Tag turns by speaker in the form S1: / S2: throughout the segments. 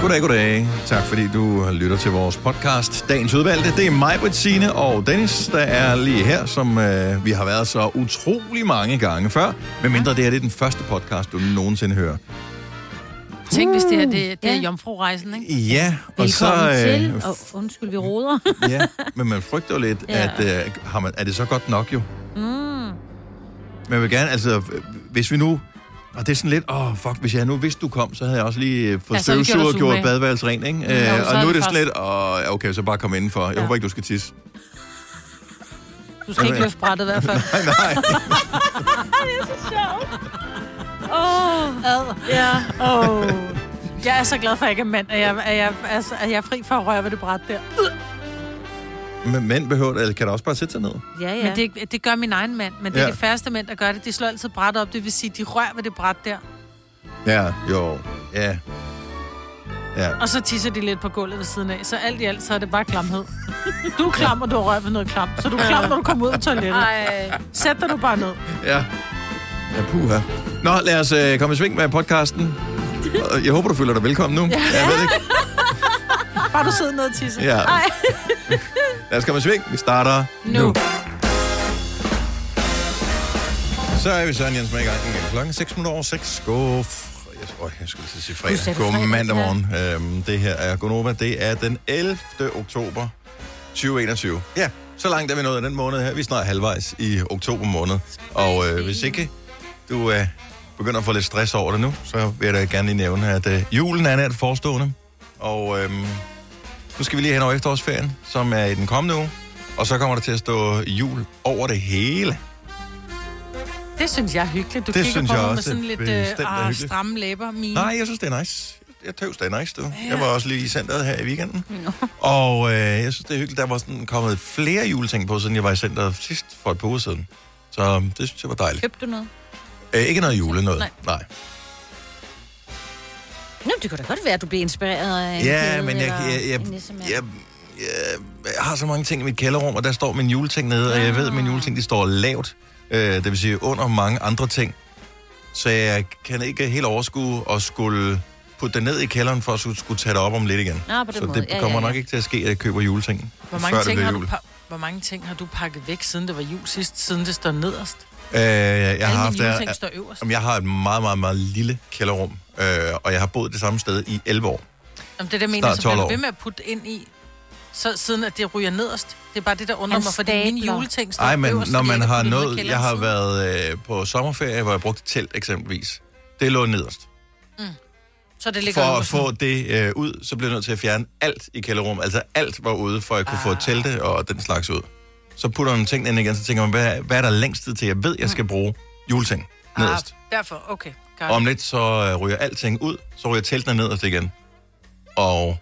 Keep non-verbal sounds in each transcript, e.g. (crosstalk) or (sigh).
S1: Goddag, goddag. Tak fordi du lytter til vores podcast, Dagens Udvalgte. Det er mig, Bettine og Dennis, der er lige her, som øh, vi har været så utrolig mange gange før. Med mindre det her det er den første podcast, du nogensinde hører.
S2: Tænk, hvis det her det, det er jomfru-rejsen, ikke?
S1: Ja, og så...
S3: Velkommen til.
S1: øh,
S3: Og undskyld, vi
S1: (laughs)
S3: roder.
S1: ja, men man frygter jo lidt,
S3: Ja.
S1: at øh, har man, er det så godt nok jo?
S2: Mm.
S1: Men jeg vil gerne, altså, øh, hvis vi nu... Og det er sådan lidt, åh, oh, fuck, hvis jeg nu vidste, du kom, så havde jeg også lige øh, fået
S2: Ja, så havde vi gjort
S1: støvsuget og
S2: os
S1: gjort
S2: umage.
S1: badeværelset rent, ikke?
S2: jo,
S1: Øh,
S2: så
S1: og
S2: er
S1: nu er
S2: det
S1: det
S2: først.
S1: sådan lidt, åh, oh, okay, så bare kom indenfor. Jeg
S2: Ja.
S1: håber ikke, du skal tisse.
S2: Du skal ikke løfte brættet i hvert fald.
S1: (laughs) Nej,
S2: (laughs)
S1: nej.
S2: Ja. Oh. Jeg er så glad for, at jeg ikke er mand, at jeg, at jeg, altså, at jeg er fri for at røre ved det bræt der.
S1: Men mænd behøver det, eller kan da også bare sætte sig ned.
S3: Ja, ja.
S2: Men det, det gør min egen mand, men det er
S1: Ja.
S2: ja. de færreste mænd, der gør det. De slår altid brættet op, det vil sige, de rører ved det bræt der.
S1: Ja, jo, ja. Ja,
S2: Og så tisser de lidt på gulvet ved siden af, så alt i alt, så er det bare klamhed. Du er klam, og du rører ved noget klam, så du er klam, når du kommer ud af toilettet.
S3: Ej.
S2: Sæt dig nu bare ned.
S1: ja. Ja, puha. Nå, lad os øh, komme i sving med
S2: (laughs)
S1: podcasten. Og Jeg håber, du føler dig velkommen nu. Ja. Jeg ved det ikke.
S2: Bare du sidder ned og tisser.
S3: Altså.
S1: Ja. (laughs) Lad os komme i sving. Vi starter nu. nu. Så er vi sådan, Jens, med i gang igen. Klokken 6 minutter over 6. God fr- jeg, øj, jeg skulle lige til at sige
S3: Du sagde
S1: fredag.
S3: fredag,
S1: God
S3: ja.
S1: mandag morgen. Øhm, det her er Gonova. Det er den 11. oktober 2021. Ja, så langt er vi nået af den måned her. Vi er snart halvvejs i oktober måned. Og øh, hvis ikke du øh, begynder at få lidt stress over det nu, så vil jeg da gerne lige nævne, at øh, julen er nært forestående. Og øhm, nu skal vi lige hen over efterårsferien, som er i den kommende uge. Og så kommer der til at stå jul over det hele.
S2: Det synes jeg er hyggeligt. Du det
S1: Det
S2: kigger
S1: synes
S2: på
S1: jeg
S2: mig med
S1: også
S2: sådan
S1: er
S2: lidt
S1: bestemt er
S2: øh, ah,
S1: hyggeligt.
S2: stramme læber. Mine.
S1: Nej, jeg synes, det er nice. Jeg tøvs, det er nice, du. Ja. Jeg var også lige i centret her i weekenden. Og øh, jeg synes, det er hyggeligt. Der var sådan kommet flere juleting på, siden jeg var i centret sidst for et par uger siden. Så øh, det synes jeg var dejligt.
S3: Købte du noget?
S1: Æ, ikke noget jule noget. Nej.
S3: Nej.
S1: Nej.
S3: Nå, det kunne da godt være, at du blev inspireret af en
S1: Ja,
S3: kæde
S1: men jeg,
S3: eller
S1: jeg, jeg,
S3: en
S1: jeg,
S3: nissemand.
S1: jeg, jeg har så mange ting i mit kælderrum, og der står min juleting nede, og jeg ved, at mine juleting de står lavt. Øh, det vil sige under mange andre ting. Så jeg kan ikke helt overskue at skulle putte det ned i kælderen, for at skulle skulle tage det op om lidt igen.
S3: Nå, på den
S1: så
S3: måde.
S1: det
S3: Ja, ja,
S1: kommer
S3: ja.
S1: nok ikke til at ske, at jeg køber juleting.
S2: Hvor mange,
S1: før
S2: ting
S1: det
S2: har
S1: bliver
S2: du
S1: jul.
S2: pa- hvor mange ting har du pakket væk, siden det var jul sidst, siden det står nederst?
S1: Øh, jeg, har
S2: Alle
S1: haft,
S2: mine juleting
S1: jeg,
S2: står øverst.
S1: jeg har et meget, meget, meget lille kælderrum, øh, og jeg har boet det samme sted i 11 år.
S2: Jamen, det er det, jeg mener,
S1: Snart
S2: så bliver
S1: 12
S2: du ved
S1: år.
S2: med at putte ind i, så siden at det ryger nederst. Det er bare det, der undrer
S3: Han
S2: mig, fordi mine
S3: stabler.
S2: juleting står
S1: Nej, men
S2: øverst.
S1: når
S2: fordi
S1: man
S2: jeg ikke
S1: har
S2: puttet ned i
S1: noget... Jeg
S2: kælderen
S1: har
S2: siden.
S1: været øh, på sommerferie, hvor jeg brugte telt eksempelvis. Det lå nederst.
S2: Så det ligger
S1: For at
S2: øverst.
S1: få det øh, ud, så blev jeg nødt til at fjerne alt i kælderrum. Altså alt var ude, for at jeg kunne få telte og den slags ud. Så putter man tingene ind igen, så tænker man, hvad, hvad er der længst tid til, jeg ved, jeg skal bruge juleting nederst.
S2: Ah, derfor, okay. Godt.
S1: Og om lidt, så øh, ryger alting ud, så ryger teltene nederst igen. Og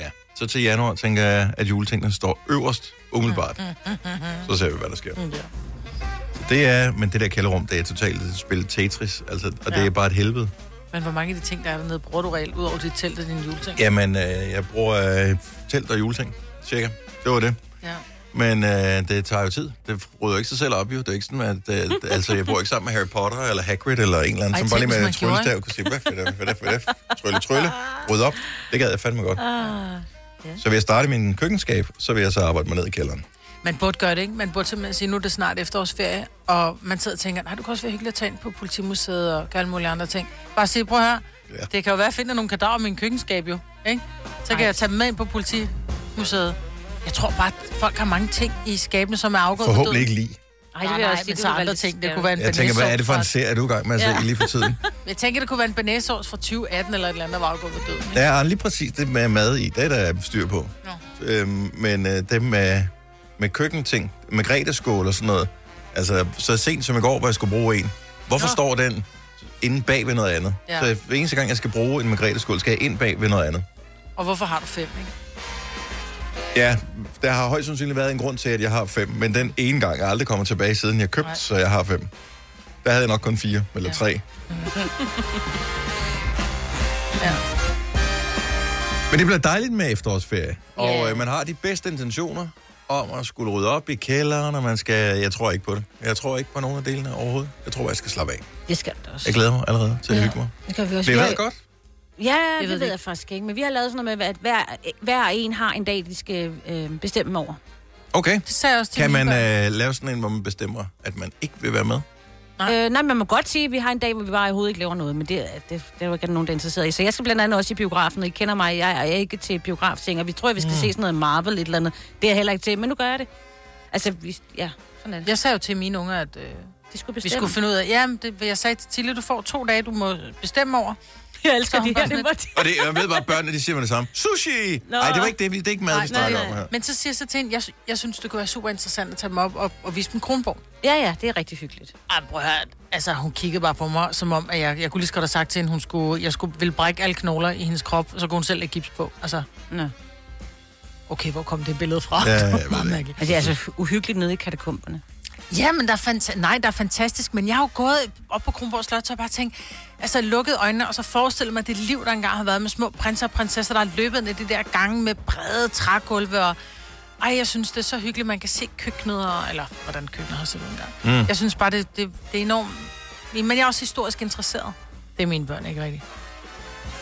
S1: ja, så til januar tænker jeg, at juletingene står øverst umiddelbart. Så ser vi, hvad der sker.
S2: Mm,
S1: Så Det er, men det der kælderrum, det er totalt et spil Tetris, altså, og det
S2: Ja.
S1: er bare et helvede.
S2: Men hvor mange af de ting, der er dernede, bruger du reelt ud over dit telt og dine juleting?
S1: Jamen, øh, jeg bruger øh, telt og juleting, cirka. Det var det.
S2: ja.
S1: Men øh, det tager jo tid. Det rydder ikke sig selv op, jo. Det er ikke sådan, at...
S2: (laughs)
S1: Øh, d- altså, jeg bor ikke sammen med Harry Potter eller Hagrid eller en eller anden,
S2: Ej,
S1: som bare lige
S2: tænk, hvis
S1: med en
S2: man gjorde,
S1: tryllestav kunne sige, hvad for det, hvad det, hvad det, trylle, trylle, rydde op. Det gad jeg fandme godt.
S2: Ah,
S1: Så vil jeg starte min køkkenskab, så vil jeg så arbejde mig ned i kælderen.
S2: Man burde gøre det, ikke? Man burde simpelthen sige, nu er det snart efterårsferie, og man sidder og tænker, nej, du kan også være hyggelig at tage ind på politimuseet og gøre alle mulige andre ting. Bare sige, prøv her.
S1: Ja.
S2: Ja. Det kan jo være, at jeg finder nogle kadaver i min køkkenskab jo, ikke? Så kan
S3: Ej.
S2: jeg tage dem med ind på politimuseet. Jeg tror bare, at folk har mange ting i skabene, som er afgået
S1: Forhåbentlig ikke lige.
S3: Ej,
S2: Nej,
S3: det
S2: det
S3: vil jeg også sige,
S2: men
S3: det
S2: så
S3: kunne være
S2: andre
S3: lidt skævt.
S2: ting. Det kunne være en
S1: Jeg tænker, hvad er det for en
S2: bearnaisesauce
S1: serie, du er i gang med at se
S2: Ja.
S1: lige for tiden?
S2: fra- Jeg tænker, det kunne være en banæsårs fra 2018 eller et eller andet, der var afgået ved døden. Ikke?
S1: Der er lige præcis det med mad i, det er der styr på. Øhm, men øh, det med, med køkkenting, med grædeskål og sådan noget, altså så sent som i går, hvor jeg skulle bruge en, hvorfor
S2: Nå.
S1: står den inde bag ved noget andet? Ja.
S2: Ja.
S1: Så hver eneste gang, jeg skal bruge en margrethe skal jeg ind bag ved noget andet.
S2: Og hvorfor har du fem, ikke?
S1: Ja, der har højst sandsynligt været en grund til, at jeg har fem, men den ene gang, jeg aldrig kommer tilbage, siden jeg købte,
S2: Nej.
S1: så jeg har fem. Der havde jeg nok kun fire, eller ja.
S2: Ja.
S1: tre.
S2: Ja.
S1: Men det bliver dejligt med efterårsferie, og
S3: Ja.
S1: øh, man har de bedste intentioner om at skulle rydde op i kælderen, og man skal... Jeg tror ikke på det. Jeg tror ikke på nogen af delene overhovedet. Jeg tror, jeg skal slappe af.
S3: Det skal du da også.
S1: Jeg glæder mig allerede til at hygge mig.
S3: Det kan vi også.
S1: Det har
S3: Jeg-
S1: været godt.
S3: Ja, det,
S2: det
S3: det ved
S2: ikke.
S3: jeg faktisk ikke. Men vi har lavet sådan noget med, at hver, hver en har en dag, de skal øh, bestemme over.
S1: Okay.
S2: Det sagde jeg også til
S1: Kan
S2: mine
S1: man
S2: børn.
S1: øh, lave sådan en, hvor man bestemmer, at man ikke vil være med?
S2: Nej.
S3: Øh, nej, man må godt sige, at vi har en dag, hvor vi bare overhovedet ikke laver noget, men det, det, det er jo ikke nogen, der er interesseret i. Så jeg skal blandt andet også i biografen, og I kender mig, jeg er ikke til biografting, og vi tror, at vi skal mm. se sådan noget Marvel et eller andet. Det er jeg heller ikke til, men nu gør jeg det. Altså, vi, ja, sådan er det.
S2: Jeg sagde jo til mine unger, at øh,
S3: De skulle
S2: vi
S3: bestemme. (laughs)
S2: skulle finde ud af... Ja, men det, jeg sagde til Tille, du får to dage, du må bestemme over.
S3: jeg
S2: Så
S3: elsker
S2: hun
S3: det
S2: bare
S3: her. Det
S2: sådan
S3: var det.
S1: Og det, jeg ved bare, at børnene de siger med det samme. Sushi! Nej, det var ikke det, vi- det er ikke mad, vi snakker om her.
S2: Men så siger jeg så til hende, jeg, sy- jeg synes, det kunne være super interessant at tage dem op og, og vise dem Kronborg.
S3: Ja, ja, det er rigtig hyggeligt.
S2: Ej, prøv at høre. Altså, hun kiggede bare på mig, som om, at jeg, jeg kunne lige så godt have sagt til hende, hun skulle, jeg skulle ville brække alle knogler i hendes krop, og så kunne hun selv lægge gips på. Altså,
S3: Nå.
S2: okay, hvor kom det billede fra?
S1: Ja,
S2: Det var
S1: jeg
S2: (laughs)
S1: ved
S2: meget
S1: det.
S2: mærkeligt.
S3: Altså, det er altså uhyggeligt nede i katakomberne.
S2: Ja, men der er fanta- nej, der er fantastisk, men jeg har jo gået op på Kronborg Slot, så jeg bare tænkt, altså lukket øjnene, og så forestillet mig det liv, der engang har været med små prinser og prinsesser, der har løbet ned de der gange med brede trægulve, og ej, jeg synes, det er så hyggeligt, man kan se køkkenet, og, eller hvordan køkkenet har set ud engang. Mm. Jeg synes bare, det, det, det er enormt, men jeg er også historisk interesseret. Det er mine børn ikke rigtigt.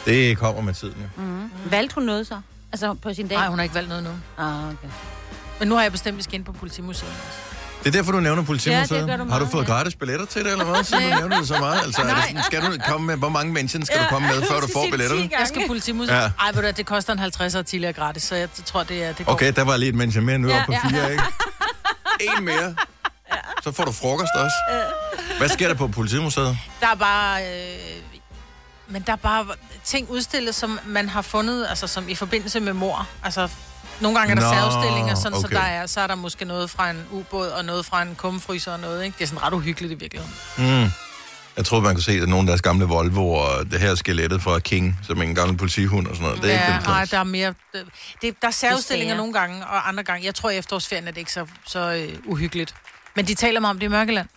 S1: Det kommer med tiden, jo.
S3: Valgte hun noget så? Altså på sin dag?
S2: Mm. Nej, hun har ikke valgt noget nu.
S3: Ah, okay.
S2: Men nu har jeg bestemt, at vi skal ind på politimuseet. også.
S1: Det er derfor, du nævner politimuseet.
S3: Ja, det gør du
S1: har du
S3: meget,
S1: fået
S3: ja.
S1: gratis billetter til det, eller hvad? Så du nævner det så meget. Altså, er det sådan, skal du komme med, hvor mange mennesker skal du komme med,
S3: (laughs)
S1: før du får billetterne?
S2: Jeg skal politimuseet.
S1: Ja.
S2: Ja. Ej, ved du, hvad, det koster en 50'er tidligere gratis, så jeg tror, det er... Det går.
S1: Okay, der var lige et menneske mere, nu er jeg oppe på
S3: Ja.
S1: fire, ikke? En mere. Så får du frokost også. Hvad sker der på politimuseet?
S2: Der er bare... Øh, men der er bare ting udstillet, som man har fundet, altså som i forbindelse med mor. Altså, nogle gange er der
S1: Nå,
S2: særudstillinger, sådan, okay.
S1: okay.
S2: så, der er, så er der måske noget fra en ubåd, og noget fra en kummefryser og noget, ikke? Det er sådan ret uhyggeligt i virkeligheden.
S1: Hmm. Jeg troede, man kunne se, at nogle af deres gamle Volvo og det her skelettet fra King, som er en gammel politihund og sådan noget. Det er ikke
S2: ja,
S1: den
S2: nej,
S1: slags.
S2: der er mere... Det, det, der er særudstillinger
S3: Det er-
S2: nogle gange, og andre gange. Jeg tror, i efterårsferien er det ikke så, så øh, uhyggeligt. Men de taler meget om det i Mørkeland.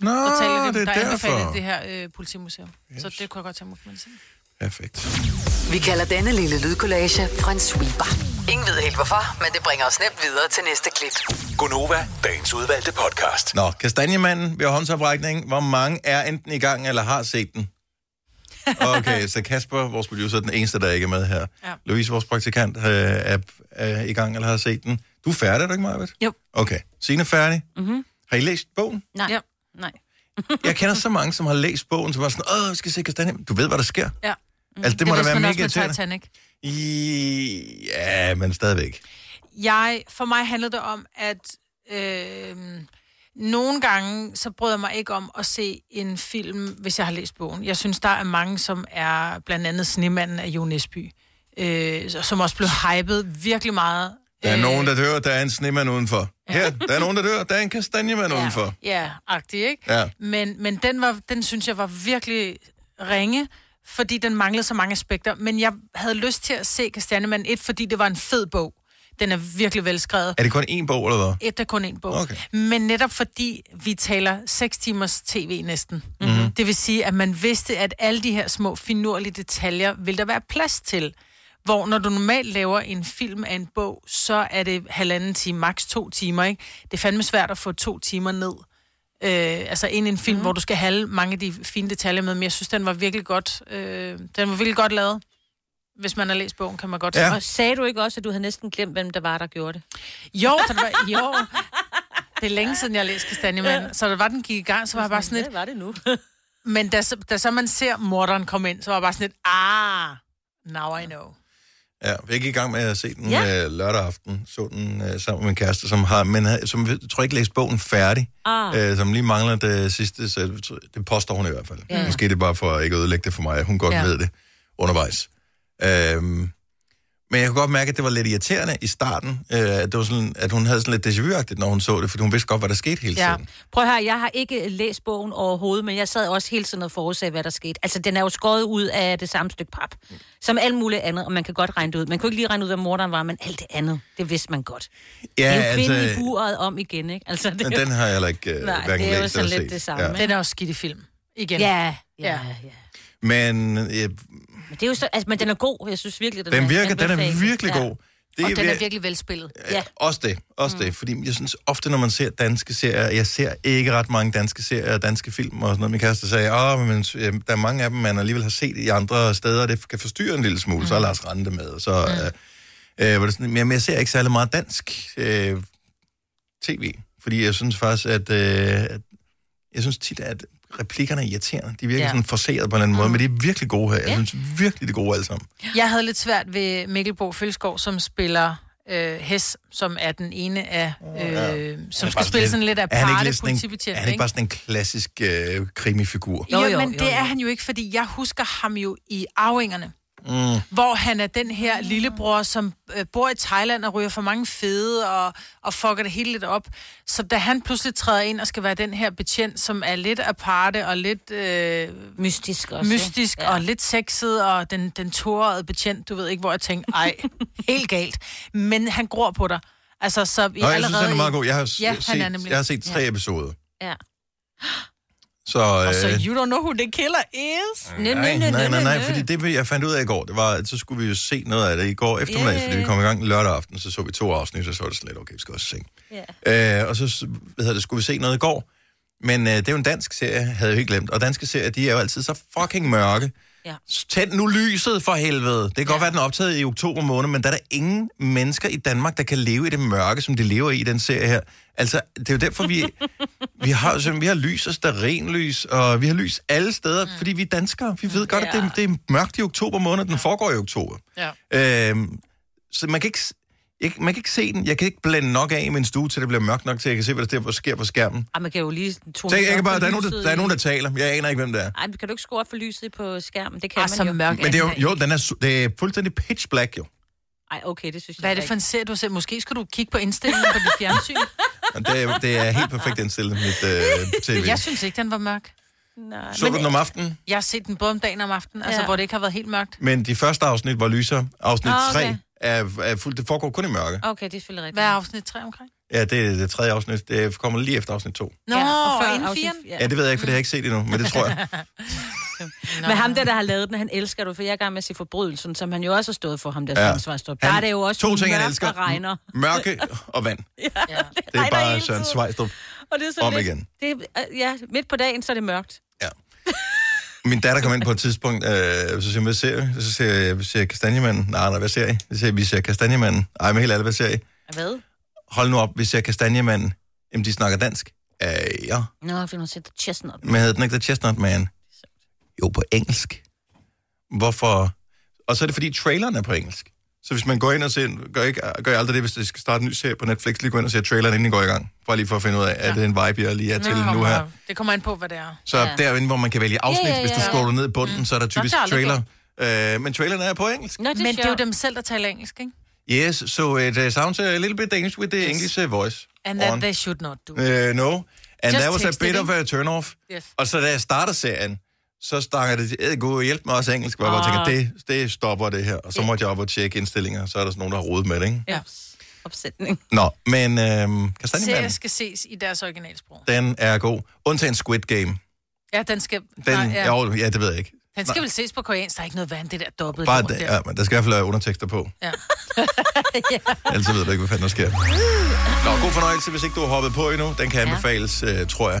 S1: Nå,
S2: Der, taler de,
S1: Ah, det
S2: der
S1: er
S2: anbefaler
S1: derfor.
S2: det her øh, politimuseum. Yes. Så det kunne jeg godt tage mig på min side.
S1: Perfekt.
S4: Vi kalder denne lille lydkollage Frans sweeper. Ingen ved helt hvorfor, men det bringer os nemt videre til næste klip.
S5: Gunova, dagens udvalgte podcast.
S1: Nå, kastanjemanden ved håndsoprækning. Hvor mange er enten i gang eller har set den? Okay, så Kasper, vores producer, er den eneste, der ikke er med her.
S2: Ja.
S1: Louise, vores praktikant, øh, er, er i gang eller har set den. Du er færdig, er du ikke, Marvitt?
S2: Jo.
S1: Okay, Signe er færdig. Mm-hmm. Har I læst bogen?
S3: Nej.
S2: Ja.
S3: Ja. Nej.
S1: Jeg kender så mange, som har læst bogen, som var sådan, åh, vi skal se kastanje. Du ved, hvad der sker.
S2: Ja.
S1: Altså, det, det må da
S2: vidste
S1: være
S2: man
S1: mega
S2: også med
S1: irriterende.
S2: Titanic.
S1: I... Ja, men stadigvæk.
S2: Jeg, for mig handlede det om, at øh, nogle gange, så bryder jeg mig ikke om at se en film, hvis jeg har læst bogen. Jeg synes, der er mange, som er blandt andet Snemanden af Jo Nesby, øh, som også blev hypet virkelig meget.
S1: Der er
S2: Øh,
S1: nogen, der dør, der er en snemand udenfor. Her, der er nogen, der dør, der er en kastanjemand
S3: Ja.
S1: udenfor.
S2: Ja, agtig, ikke?
S1: Ja.
S2: Men, men den, var, den synes jeg var virkelig ringe, fordi den manglede så mange aspekter. Men jeg havde lyst til at se Kastanjemand 1, fordi det var en fed bog. Den er virkelig velskrevet.
S1: Er det kun én bog, eller hvad?
S2: Et, der er kun en bog.
S1: Okay.
S2: Men netop fordi vi taler 6 timers tv næsten.
S1: Mhm.
S2: Mm-hmm. Det vil sige, at man vidste, at alle de her små finurlige detaljer vil der være plads til. Hvor når du normalt laver en film af en bog, så er det halvanden time, maks to timer. Ikke? Det er fandme svært at få to timer ned. Øh, altså ind i en film, mm-hmm. hvor du skal have mange af de fine detaljer med. Men jeg synes, den var virkelig godt, øh, den var virkelig godt lavet. Hvis man har læst bogen, kan man godt
S1: Ja.
S2: ja.
S3: Og sagde du ikke også, at du havde næsten glemt, hvem der var, der gjorde det?
S2: Jo, så det var, jo. Det er længe siden, jeg har læst Kastanjemanden. Ja. Så det var, den gik i gang, så var jeg bare sådan lidt...
S3: var det
S2: (laughs)
S3: nu.
S2: Men da, så- da så man ser morderen komme ind, så var jeg bare sådan lidt... Ah, now I know.
S1: Ja, jeg gik i gang med at se den ja.
S3: Ja.
S1: øh, lørdag aften, så den øh, sammen med min kæreste, som har, men havde- som jeg tror ikke læst bogen færdig,
S3: Ah.
S1: øh, som lige mangler det sidste, så det påstår hun i hvert fald. Ja. Måske det er bare for at ikke ødelægge det for mig, hun godt ja.
S2: Ja.
S1: ved det undervejs. Øhm, men jeg kunne godt mærke, at det var lidt irriterende i starten, øh, at, det var sådan, at hun havde sådan lidt déjà vu-agtigt, når hun så det, fordi hun vidste godt, hvad der skete hele
S2: Ja.
S1: tiden.
S3: Prøv her, jeg har ikke læst bogen overhovedet, men jeg sad også hele tiden og forudsagde, hvad der skete. Altså, den er jo skåret ud af det samme stykke pap, som alt muligt andet, og man kan godt regne det ud. Man kunne ikke lige regne ud, hvad morderen var, men alt det andet, det vidste man godt. Ja, det er jo kvinden altså... i buret om igen, ikke? Altså, det,
S1: Den har jeg heller ikke øh,
S3: Nej,
S1: hverken
S3: det er jo
S1: læst
S3: sådan
S1: eller
S3: lidt
S1: set.
S3: det samme,
S1: Ja.
S3: ikke?
S2: Den er også skidt i film. Igen.
S3: ja, ja,
S2: Ja.
S3: ja.
S1: Men øh,
S3: Men, det er jo så, altså, men den er god, jeg synes virkelig, den,
S1: den virker, den er
S3: anbefaling.
S1: virkelig god. Det
S6: Og den
S1: vir-
S6: er virkelig velspillet.
S1: Ja. Også det, også mm. det. Fordi jeg synes ofte, når man ser danske serier, jeg ser ikke ret mange danske serier og danske film og sådan noget. Min kæreste sagde, at men, øh, der er mange af dem, man alligevel har set i andre steder, og det kan forstyrre en lille smule. Mm. Så er Lars Rante med, og så... Mm. Øh, øh, var det sådan, men jeg ser ikke særlig meget dansk øh, tv, fordi jeg synes faktisk, at... Øh, at- jeg synes tit, at replikkerne er irriterende. De virker
S2: Ja.
S1: ja. Mm. sådan forceret på en eller anden måde, men det er virkelig gode her. Jeg synes virkelig, det er gode alle sammen.
S2: Jeg havde lidt svært ved Mikkel Bo Følskov, som spiller øh, Hes, som er den ene af... Øh,
S1: ja.
S2: Som
S1: er
S2: skal
S1: bare
S2: spille sådan lidt af parte
S1: lidt sådan en- Er
S2: politibetjent,
S1: han ikke
S2: ikke?
S1: bare sådan en klassisk øh, krimifigur?
S2: Jo,
S3: Jo,
S2: jo,
S3: jo,
S2: men
S3: jo,
S2: det
S3: jo.
S2: er han jo ikke, fordi jeg husker ham jo i Arvingerne. Mm. Hvor han er den her lillebror, som øh, bor i Thailand og ryger for mange fede og, og fucker det hele lidt op. Så da han pludselig træder ind og skal være den her betjent, som er lidt aparte og lidt øh,
S3: Mystisk også.
S2: mystisk ja. og lidt sexet og den, den tårede betjent, du ved ikke, hvor jeg tænkte, ej, helt galt. Men han gror på dig. Altså, så Nå,
S1: Nå, jeg synes, han er meget god. Jeg har,
S2: Ja,
S1: ja,
S2: han
S1: set,
S2: er nemlig-
S1: jeg har set tre ja. episoder.
S3: Ja.
S1: Så, øh,
S2: Og så you don't know who the killer is.
S3: Nø, nø,
S1: nej,
S3: nø,
S1: nej,
S3: nø,
S1: nej, nej,
S3: nø.
S1: fordi det, jeg fandt ud af i går, det var, at så skulle vi jo se noget af det i går eftermiddag, yeah. fordi vi kom i gang lørdag aften, så så vi to afsnit, og så var det sådan lidt, okay, vi skal også se. Øh, og så hvad hedder det, skulle vi se noget i går, men øh, det er jo en dansk serie, havde jeg jo ikke glemt, og danske serier, de er jo altid så fucking mørke.
S3: Ja.
S1: Tænd nu lyset for helvede. Det kan godt være, den er optaget i oktober måned, men der er der ingen mennesker i Danmark, der kan leve i det mørke, som de lever i i den serie her. Altså, det er jo derfor, vi, vi, har, jo simpelthen- vi har lys og starinlys, og vi har lys alle steder, mm. fordi vi er danskere. Vi ved godt, at det, det er mørkt i oktober måned. Den foregår i oktober.
S2: Ja.
S1: Øhm, så man kan ikke, s- ikke, man kan ikke se den. Jeg kan ikke blænde nok af i min stue, til det bliver mørkt nok, til jeg kan se, hvad der sker på skærmen.
S3: Ej, man kan jo lige... tone
S1: Så jeg, jeg
S3: op
S1: kan bare,
S3: for
S1: der er, nogen, der,
S3: lyset
S1: der er
S3: i-
S1: nogen, der taler. Jeg aner ikke, hvem det er.
S3: Ej, men kan du ikke skrue op for lyset på skærmen? Det kan
S2: Og
S3: man
S2: så
S3: jo.
S2: mørk.
S1: Men det er jo, jo den er, su- det er fuldstændig pitch black, jo.
S3: Ej, okay, det synes jeg
S2: Hvad er det for en serie, du ser? Måske skulle du kigge på indstillingen på dit fjernsyn.
S1: Og det, er- det er helt perfekt indstillet
S3: (laughs)
S1: mit øh, tv.
S2: Jeg synes ikke, den var mørk.
S3: Nej.
S1: Så du den om aftenen,
S2: Jeg har set den både om dagen og om aftenen, ja. altså
S3: Ja.
S2: hvor det ikke har været helt mørkt.
S1: men de første afsnit var lyser. Afsnit
S3: Ah, okay.
S1: 3 er, er fuldt, det foregår kun i mørke.
S3: (laughs) Okay, det er selvfølgelig rigtigt.
S2: Hvad er afsnit 3 omkring?
S1: Ja, det er det tredje afsnit. Det kommer lige efter afsnit 2.
S2: Nå, ja, og før inden
S3: afsnit-
S2: 4'en?
S1: Ja, det ved jeg ikke, for det har jeg ikke set endnu, men det tror jeg.
S3: Men ham der, der har lavet den, han elsker du, for jeg er i gang med at se forbrydelsen, som han jo også har stået for ham der,
S1: Ja.
S3: ja. Svarstrup. (laughs) Der er det jo også
S1: to ting, han
S3: mørkt
S1: elsker. Mm.
S3: og regner.
S1: Mørke
S3: (laughs)
S1: og vand.
S2: Ja.
S1: Det er
S3: regner
S1: bare
S3: hele
S1: Søren
S3: tiden.
S1: Svejstrup.
S3: Og det er så
S1: Om
S3: lidt,
S1: igen.
S3: Det, er- øh, ja, midt på dagen, så er det mørkt.
S1: Ja. Min datter kom ind på et tidspunkt, øh, så siger hun, hvad ser vi? Så siger jeg, vi ser Kastanjemanden. Nej, nej, hvad ser I? Så siger jeg, vi ser Kastanjemanden. Ej, men helt ærligt, hvad ser I?
S3: Hvad?
S1: Hold nu op, vi ser Kastanjemanden. Jamen, de snakker dansk. Øh, ja.
S3: Nå, for nu sætter chestnut.
S1: Men hedder den ikke The Chestnut Man? Jo, på engelsk. Hvorfor? Og så er det, fordi traileren er på engelsk. Så hvis man går ind og ser, gør, ikke, gør jeg aldrig det, hvis jeg skal starte en ny serie på Netflix, lige gå ind og se traileren, inden I går i gang. Bare lige for at finde ud af, er det en vibe, jeg lige er til nu her.
S2: Det kommer an på, hvad det er.
S1: Så ja. derinde, hvor man kan vælge afsnit, ja, ja, ja. hvis du scroller ned i bunden, mm. så er der typisk
S2: det er aldrig
S1: trailer. Øh, men traileren er på engelsk.
S3: Nå, det er
S2: Men det er jo
S3: sjovt.
S2: dem selv, der taler engelsk, ikke?
S1: Yes, so it uh, sounds a little bit Danish with the yes. English uh, voice.
S2: And that
S1: on.
S2: they should not do.
S1: Uh, no. And
S2: Just
S1: that was a
S2: text it
S1: bit
S2: in.
S1: of a turn-off.
S2: Yes.
S1: Og så da jeg starter serien, så snakker det, gå og hjælp mig også engelsk, hvor jeg bare
S2: Ah.
S1: tænker, det, det stopper det her. Og så måtte jeg op og tjekke indstillinger, så er der sådan nogen, der har rodet med det, ikke?
S3: Ja. Opsætning.
S1: Nå, men øhm,
S2: Serier
S1: Kastanjemanden,
S2: skal ses i deres originalsprog.
S1: den er god. Undtagen Squid Game.
S2: Ja, den skal...
S1: Den,
S2: nej,
S1: ja. Jo, ja, det ved jeg ikke.
S2: Den skal vel ses på koreansk. Der er ikke noget vand, det der dobbelt.
S1: Bare,
S2: lort
S1: det,
S2: der.
S1: ja, men der skal i hvert fald være undertekster på. (laughs)
S2: Ja.
S1: Ellers ved du ikke, hvad fanden der sker. Nå, god fornøjelse, hvis ikke du har hoppet på endnu. Den kan anbefales, øh, tror jeg.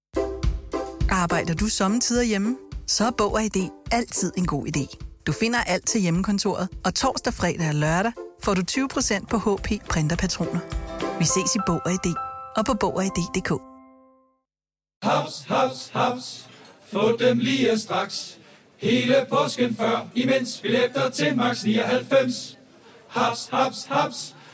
S7: Arbejder du sommetider hjemme? Så er Bog og ID altid en god idé. Du finder alt til hjemmekontoret, og torsdag, fredag og lørdag får du 20% på HP Printerpatroner. Vi ses i Bog og ID og på Bog og ID.dk.
S8: Haps, haps, haps. Få dem lige straks. Hele påsken før, imens billetter til max 99. Haps, haps, haps.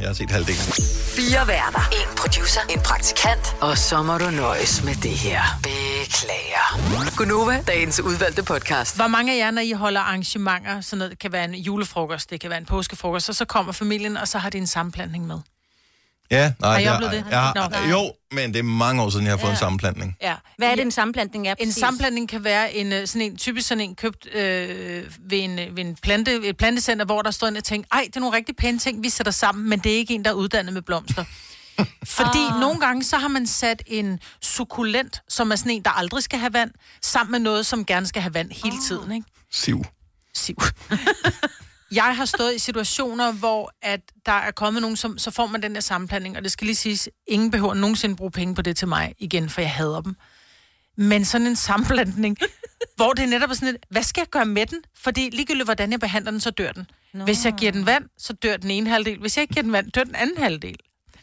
S1: Jeg har set halvdelen.
S4: Fire værter. En producer. En praktikant. Og så må du nøjes med det her. Beklager. Gunova, dagens udvalgte podcast.
S2: Hvor mange af jer, når I holder arrangementer, sådan noget, det kan være en julefrokost, det kan være en påskefrokost, og så kommer familien, og så har de en sammenplantning med.
S1: Ja, nej,
S2: Har I
S1: det
S2: oplevet det?
S1: Jeg, har-
S2: Nå.
S1: jo, men det er mange år siden, jeg har fået ja. en sammenplantning.
S2: Ja.
S3: Hvad er det, en sammenplantning er
S2: En sammenplantning kan være en, øh, sådan en, typisk sådan en købt øh, ved, en, øh, ved en plante, et plantecenter, hvor der står en og tænker, ej, det er nogle rigtig pæne ting, vi sætter sammen, men det er ikke en, der er uddannet med blomster. Fordi ah. nogle gange, så har man sat en sukulent, som er sådan en, der aldrig skal have vand, sammen med noget, som gerne skal have vand hele tiden, ikke?
S1: Siv.
S2: Siv. (laughs) jeg har stået i situationer, hvor at der er kommet nogen, som, så får man den der sammenblanding, og det skal lige siges, ingen behøver nogensinde bruge penge på det til mig igen, for jeg hader dem. Men sådan en (laughs) sammenblandning, hvor det netop er sådan et, hvad skal jeg gøre med den? Fordi ligegyldigt, hvordan jeg behandler den, så dør den. Nå. Hvis jeg giver den vand, så dør den ene halvdel. Hvis jeg ikke giver den vand, dør den anden halvdel.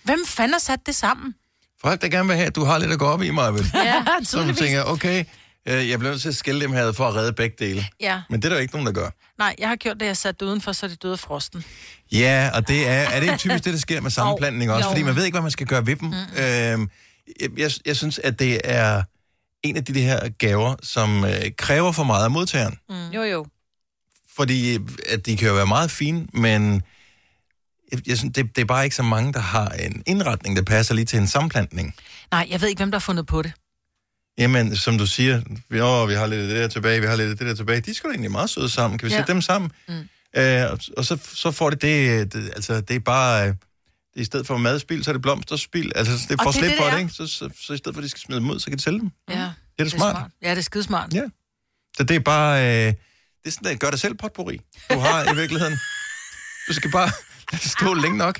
S2: Hvem fanden har sat det sammen?
S1: Folk, der gerne vil have, at du har lidt at gå op i
S2: (laughs)
S1: mig, vel?
S2: Ja,
S1: Så
S2: tydeligvis.
S1: tænker, okay, øh, jeg bliver nødt til at skille dem her for at redde begge dele.
S2: Ja.
S1: Men det er der jo ikke nogen, der gør.
S2: Nej, jeg har gjort det, jeg satte det udenfor, så det døde af frosten.
S1: Ja, og det er, er det ikke typisk det, der sker med sammenplantning
S2: Jo.
S1: også?
S2: Jo.
S1: Fordi man ved ikke, hvad man skal gøre ved dem. Øhm, jeg, jeg, jeg synes, at det er en af de, de her gaver, som øh, kræver for meget af modtageren.
S3: Mm. Jo, jo.
S1: Fordi øh, at de kan jo være meget fine, men jeg, jeg synes, det, det er bare ikke så mange, der har en indretning, der passer lige til en sammenplantning.
S2: Nej, jeg ved ikke, hvem der har fundet på det.
S1: Jamen, som du siger, vi, åh, vi har lidt af det der tilbage, vi har lidt af det der tilbage. De skal da egentlig meget søde sammen. Kan vi
S2: Ja.
S1: ja. sætte dem sammen?
S2: Mm.
S1: Øh, og- og så, så får det det, det, altså det er bare, øh, i stedet for madspil, så er det blomsterspil. Altså det
S2: Og
S1: får
S2: det er
S1: slip
S2: det,
S1: for
S2: det
S1: det,
S2: er.
S1: ikke? Så, så, så i stedet for, at de skal smide dem ud, så kan de sælge dem.
S2: Ja. Det
S1: er da smart.
S2: Ja, det er skidesmart.
S1: Ja. Så det er bare, øh, det er sådan, at gør det selv potpourri. Du har i virkeligheden, du skal bare lade det stå længe nok.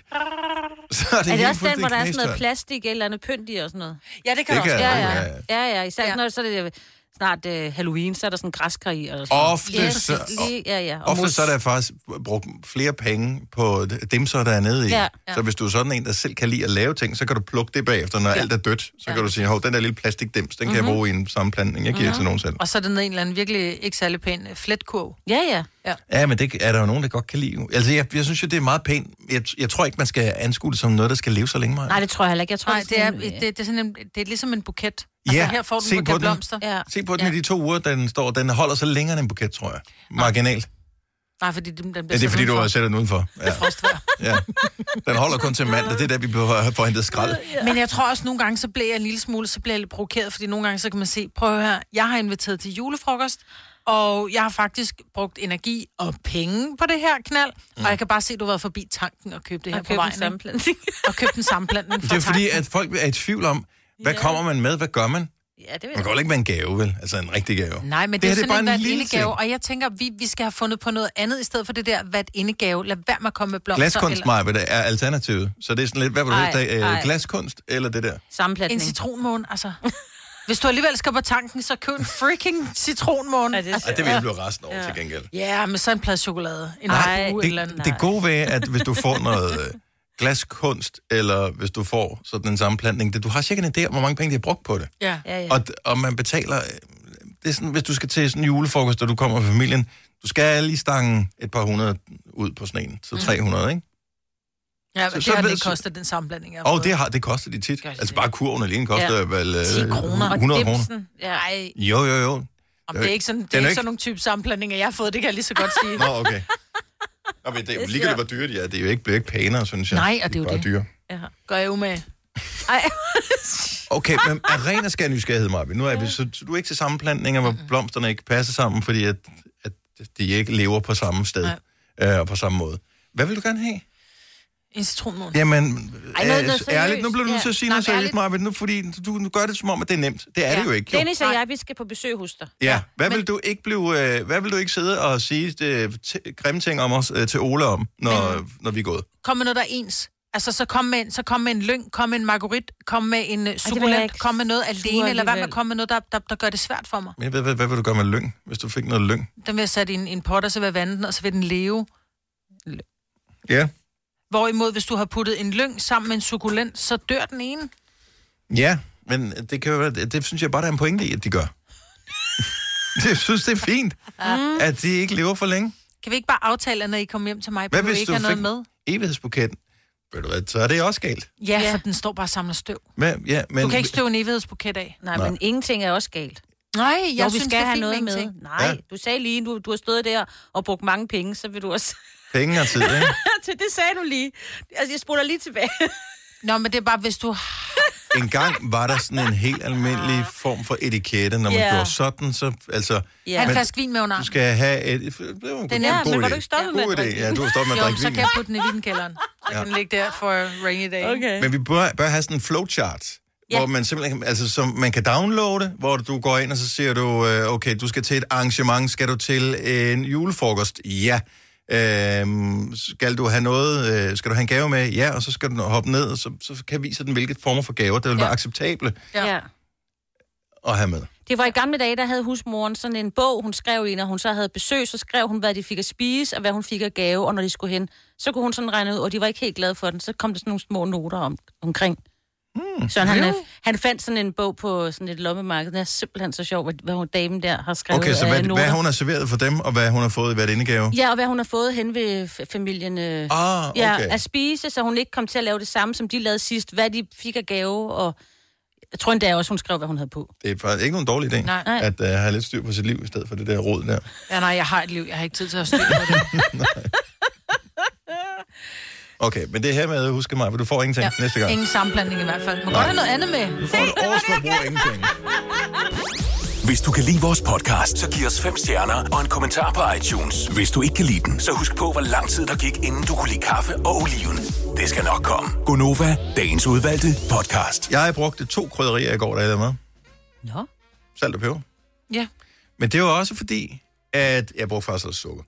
S1: Så er
S3: er det
S1: det, helt
S3: også den, hvor der er sådan noget
S1: knastørt.
S3: plastik eller andet pynt i og sådan noget?
S2: Ja, det
S1: kan Det der også kan
S3: Ja,
S1: være. der
S3: ja.
S1: også være.
S3: ja, ja. Især ja. når så er det snart øh, Halloween, så er der sådan græskar i. Eller sådan. noget.
S1: Ofte,
S3: ja,
S1: så,
S3: præcis. lige, ja, ja. Og
S1: ofte
S3: mos.
S1: så er der faktisk brugt flere penge på dem, så der er nede i.
S3: Ja,
S1: Ja,
S3: ja.
S1: ja. Så hvis du er sådan en, der selv kan lide at lave ting, så kan du plukke det bagefter, når ja. alt er dødt. Så ja. kan du sige, hov, den der lille plastikdims, den mm-hmm. kan jeg
S2: Mhm.
S1: bruge i en sammenplantning. Jeg giver mm-hmm. til nogen selv.
S2: Og så er det ned i en eller anden virkelig ikke særlig pæn øh, fletkurv.
S3: Ja, ja.
S2: ja.
S1: Ja, men det er der jo nogen, der godt kan lide. Altså, jeg, jeg synes jo, det er meget pænt. Jeg, jeg tror ikke, man skal anskue det som noget, der skal leve så længe. Maja.
S3: Nej, det tror jeg heller ikke. Jeg tror,
S2: Nej, det er,
S3: sådan øh, en,
S2: det, det er sådan en, det er ligesom en buket.
S1: Ja,
S2: altså, her får du
S1: se
S2: en buket
S1: på den.
S2: blomster. Ja.
S1: Se på den ja. i de to uger, den står. Den holder så længere end en buket, tror jeg. Marginalt.
S2: Nej, fordi den, den bliver
S1: Ja, det er
S2: sat
S1: fordi, du
S2: udenfor.
S1: har sat den udenfor. Ja. (laughs) ja. Den holder kun til mandag. Det er der, vi bliver- får hentet skrald.
S2: Men jeg tror også, nogle gange, så bliver jeg en lille smule, så bliver jeg lidt provokeret, fordi nogle gange, så kan man se, prøv her, jeg har inviteret til julefrokost, og jeg har faktisk brugt energi og penge på det her knald, mm. og jeg kan bare se, at du har været forbi tanken og købt det
S3: Og
S2: her
S3: købt
S2: på
S3: en
S2: vejen. ikke?
S3: sammenplantning.
S2: og købt en sammenplantning
S1: Det
S2: fra
S1: er fordi,
S2: tanken.
S1: at folk er i tvivl om, hvad
S2: Ja.
S1: kommer man med, hvad gør man?
S3: (laughs) Ja, det ved
S1: Man kan jo ikke med en gave, vel? Altså en rigtig gave.
S2: Nej, men det, det er
S1: her,
S2: jo sådan en
S1: bare
S2: vat inde
S1: ting.
S2: gave, og jeg tænker, vi, vi skal have fundet på noget andet, i stedet for det der vat inde gave. Lad være med at komme med blomster.
S1: Glaskunst, Maja, det er alternativet. Så det er sådan lidt, hvad vil du
S2: Ej,
S1: helst have?
S2: ej.
S1: Øh, Glaskunst eller det der?
S2: En
S3: Sammenplatning.
S2: citronmåne, altså. (laughs) Hvis du alligevel skal på tanken, så køb en freaking citronmåne. Ja,
S1: Ej, det vil jeg blive resten over ja. til gengæld.
S2: Ja, men så en plads chokolade. En
S1: Nej,
S2: Red Bull eller
S1: det,
S2: en-
S1: det gode ved, at hvis du får noget øh, glaskunst, eller hvis du får sådan en sammenplantning, det, du har cirka en idé om, hvor mange penge de har brugt på det.
S2: Ja. ja,
S1: Og, og man betaler... øh, Det er sådan, hvis du skal til sådan en julefrokost, og du kommer med familien, du skal lige stange et par hundrede ud på sådan en, så
S2: Mm.
S1: 300, ikke?
S2: ja så,
S1: så-
S2: det
S1: så
S2: har
S1: ved-
S2: det kostet, den sammenblanding. jeg har
S1: Og
S2: fået.
S1: det, har, det koster de tit. Altså bare kurven alene koster
S2: Ja.
S1: ja. vel øh,
S2: 10 kroner.
S1: 100 kroner.
S2: Ja. Ej,
S1: Jo, jo, jo.
S2: om det er ikke sådan, det er
S1: Den er
S2: ikke
S1: ikke-
S2: sådan nogle type sammenblandinger, jeg har fået, det kan jeg lige så godt sige.
S1: Nå,
S2: (laughs)
S1: okay. Nå, men det, er jo ligegyldigt, hvor dyre de er, det er jo ikke, bliver ikke pænere, synes jeg.
S2: Nej, og det er jo
S1: bare
S2: det.
S1: dyre.
S2: Ja. Gør jeg jo med. Ej.
S1: Okay, men af ren og skær nysgerrighed, Marvin. Nu er vi, så, så du er ikke til sammenplantninger, hvor blomsterne ikke passer sammen, fordi at, at de ikke lever på samme sted øh, og på samme måde. Hvad vil du gerne have?
S2: En citronmåne.
S1: Jamen,
S2: Ej, noget-
S1: øh,
S2: noget
S1: ærligt, nu bliver du
S2: seriøst.
S1: nødt til at sige
S2: Ja.
S1: noget
S2: Nej, men
S1: seriøst, Marvin, nu, fordi du, du gør det som om, at det er nemt. Det er det jo ikke, jo.
S3: Ah, Dennis og jeg, vi skal på besøg hos dig.
S1: Ja, hvad vil du ikke blive, øh, hvad vil du ikke sidde og sige det, t- grimme ting om os øh, til Ole om, når, når vi er gået?
S2: Kom med noget, der er ens. Altså, så kom med en, så kom med en lyng, kom med en marguerit, kom med en uh,
S3: jeg
S2: sukulent,
S3: ikke.
S2: kom med noget
S3: Sure
S2: alene, eller hvad med at
S3: alligevel.
S2: komme med noget, der, der, der gør det svært for mig.
S1: Jeg ved, hvad, hvad vil du gøre med lyng, hvis du fik noget lyng?
S2: Den vil jeg sætte i en, en pot, og så vil jeg vande den, og så vil den leve.
S1: Ja.
S2: Hvorimod, hvis du har puttet en lyng sammen med en sukulent, så dør den ene.
S1: Ja, men det, kan jo, være- det, det synes jeg bare, der er en pointe i, at de
S2: (laughs)
S1: gør. jeg synes, det er fint,
S2: Mm.
S1: at de ikke lever for længe.
S2: Kan vi ikke bare aftale, at når I kommer hjem til mig,
S1: Hvad
S2: vil du
S1: hvis
S2: ikke
S1: du
S2: have noget
S1: fik-
S2: med?
S1: Evighedsbuketten, ved du hvad, så er det også galt.
S2: Ja, ja, for den står bare og samler støv.
S1: Hvad? Ja, men,
S2: Men... Du kan ikke støve en evighedsbuket af.
S3: Nej,
S1: Nej.
S3: men ingenting er også galt.
S2: Nej, jeg
S3: jo, vi
S2: synes,
S3: skal
S2: det er
S3: have
S2: fint
S3: noget
S2: med
S3: med.
S2: ingenting.
S3: Nej,
S1: Ja.
S3: du sagde lige, du, du har stået der og brugt mange penge, så vil du også... (laughs)
S1: Penge og tid, ikke?
S3: Til det sagde du lige. Altså, jeg spoler lige tilbage.
S2: Nå, men det er bare, hvis du...
S1: En gang var der sådan en helt almindelig form for etikette, når
S2: Ja.
S1: man yeah. gjorde sådan, så... Altså,
S2: Ja. Han
S1: men
S2: flaske vin med under
S1: Du
S2: armen.
S1: skal have et... Det var en god,
S2: Den er,
S1: god
S2: men var
S1: idé.
S2: du ikke stoppet med at
S1: God
S2: drikke
S1: idé, ja, du har stoppet med at
S2: Jo, men
S1: drikke
S2: så
S1: vin.
S2: kan jeg putte den i vinkælderen. Så
S1: Ja.
S2: kan den ligge der for rainy day. Okay.
S1: Men vi bør, bør have sådan en flowchart,
S2: Ja.
S1: ja. hvor man simpelthen kan- altså, som man kan downloade, hvor du går ind, og så siger du, øh, okay, du skal til et arrangement, skal du til en julefrokost? Ja. Øhm, skal du have noget, øh, skal du have en gave med? Ja, og så skal du hoppe ned, og så, så kan jeg vise den, hvilke former for gaver, der vil ja. være acceptable
S3: Ja.
S1: at have med.
S3: Det var i gamle dage, der havde husmoren sådan en bog, hun skrev i, når hun så havde besøg, så skrev hun, hvad de fik at spise, og hvad hun fik at gave, og når de skulle hen. Så kunne hun sådan regne ud, og de var ikke helt glade for den. Så kom der sådan nogle små noter om, omkring.
S1: Hmm,
S3: Mm, så han, øh, han fandt sådan en bog på sådan et lommemarked. Den er simpelthen så sjov, hvad, hvad hun damen der har skrevet
S1: Okay, så hvad,
S3: af noter.
S1: hvad hun har serveret for dem, og hvad hun har fået i hvert indegave?
S3: Ja, og hvad hun har fået hen ved f- familien. Øh,
S1: Ah, okay.
S3: ja, at spise, så hun ikke kom til at lave det samme, som de lavede sidst. Hvad de fik af gave, og jeg tror endda også, hun skrev, hvad hun havde på.
S1: Det er faktisk ikke nogen dårlig idé,
S2: Nej.
S1: at uh, have lidt styr på sit liv, i stedet for det der råd der.
S2: Ja, nej, jeg har et liv. Jeg har ikke tid til at styre på det.
S1: Okay, men det her med, husk mig, for du får ingenting ja. næste gang.
S2: Ingen sammenblanding i hvert fald. Må
S1: Nej.
S2: godt have noget andet med.
S1: Se, det var det,
S5: Hvis du kan lide vores podcast, så giv os fem stjerner og en kommentar på iTunes. Hvis du ikke kan lide den, så husk på, hvor lang tid der gik, inden du kunne lide kaffe og oliven. Det skal nok komme.
S1: Gonova, dagens udvalgte podcast. Jeg brugte to krydderier i går, der jeg lavede mad.
S3: Nå.
S1: Salt og peber.
S2: Ja.
S1: Men det var også fordi, at jeg brugte faktisk også sukker.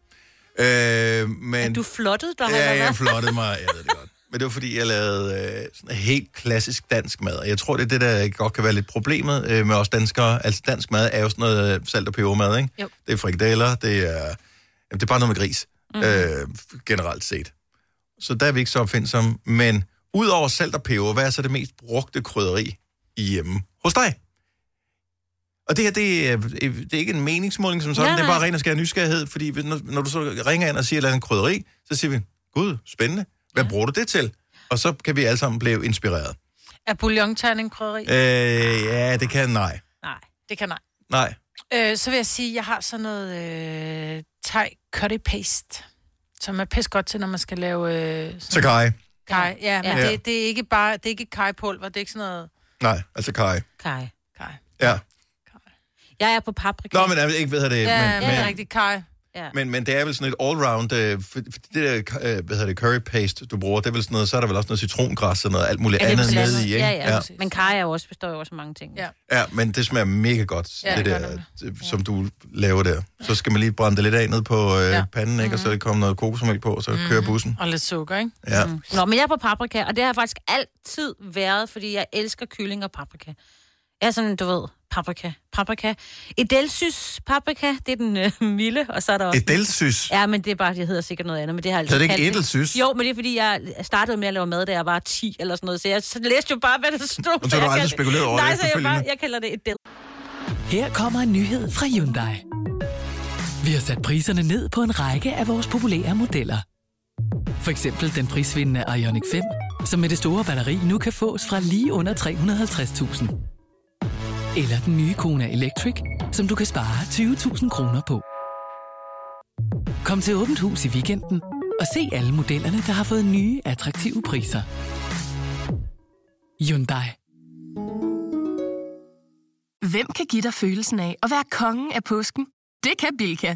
S1: Øh, men...
S3: Du flottede dig, eller
S1: Ja,
S3: hvad?
S1: jeg flottede mig, jeg ved det godt. Men det var fordi, jeg lavede øh, sådan helt klassisk dansk mad. Og jeg tror, det er det, der godt kan være lidt problemet øh, med os danskere. Altså, dansk mad er jo sådan noget øh, salt og pebermad, ikke?
S2: Jo.
S1: Det er frikadeller, det er, jamen, det er bare noget med gris, mm. øh, generelt set. Så der er vi ikke så opfindsomme. Men udover salt og peber, hvad er så det mest brugte krydderi i hjemme hos dig? Og det her, det er, det er ikke en meningsmåling som sådan,
S9: Nej,
S1: det er
S9: nej.
S1: bare ren og skær nysgerrighed, fordi hvis- når, når du så ringer ind og siger et eller andet krydderi, så siger vi, gud, spændende, hvad ja. bruger du det til? Og så kan vi alle sammen blive inspireret.
S2: Er bouillonterning krydderi?
S1: Øh, ja, det kan nej.
S2: Nej, det kan nej.
S1: Nej.
S2: Øh, så vil jeg sige, at jeg har sådan noget øh, thai curry paste, som er pæst godt til, når man skal lave... Øh,
S1: Så kaj.
S2: kaj. Ja, men
S1: Ja.
S2: ja. Det, det, er ikke bare... Det er ikke kajpulver, det er ikke sådan noget...
S1: Nej, altså kaj.
S3: Kaj.
S2: Kaj.
S1: Ja.
S3: Jeg er på paprika.
S1: Nå, men altså, jeg ved ikke ved hvad det er.
S2: Ja,
S1: men,
S2: men, det er
S1: men,
S2: rigtigt, kaj.
S3: Ja.
S1: men, men det er vel sådan et allround, øh, for, for det der, øh, hvad hedder det, curry paste, du bruger, det er vel sådan noget, så er der vel også noget citrongræs og noget alt muligt
S3: Ja, det er
S1: andet
S3: blandet.
S1: nede i, ikke?
S3: Ja, ja, ja. Men kaj er jo også, består jo også af mange ting.
S2: Ja.
S1: Ja, men det smager mega godt,
S3: Ja,
S1: ja,
S3: det
S1: det,
S3: gør
S1: der, det, som du laver der. Så skal man lige brænde det lidt af ned på øh, ja. panden, ikke? og
S2: Mhm.
S1: så kommer noget kokosmælk på, og så kører bussen.
S2: Og lidt sukker, ikke?
S1: Ja.
S3: Nå, men jeg er på paprika, og det har jeg faktisk altid været, fordi jeg elsker kylling og paprika. Jeg er sådan, du ved, paprika, paprika. Edelsys paprika, det er den øh, (laughs) milde, og så er der også...
S1: Edelsys?
S3: Ja, men det er bare, det hedder sikkert noget andet, men det har jeg
S1: Hedder det ikke
S3: kaldt
S1: edelsys?
S3: Jo, men det er, fordi jeg startede med at lave mad, da jeg var 10 eller sådan noget, så jeg så læste jo bare, hvad der stod.
S1: Og så har du
S3: Jeg
S1: aldrig
S3: kaldte-
S1: spekuleret over det
S3: Nej, så jeg, bare,
S10: efterfølgende?
S3: jeg kalder det edel.
S10: Her kommer en nyhed fra Hyundai. Vi har sat priserne ned på en række af vores populære modeller. For eksempel den prisvindende Ioniq 5, som med det store batteri nu kan fås fra lige under 350.000. Eller den nye Kona Electric, som du kan spare 20.000 kroner på. Kom til Åbent Hus i weekenden og se alle modellerne, der har fået nye, attraktive priser. Hyundai.
S11: Hvem kan give dig følelsen af at være kongen af påsken? Det kan Bilka!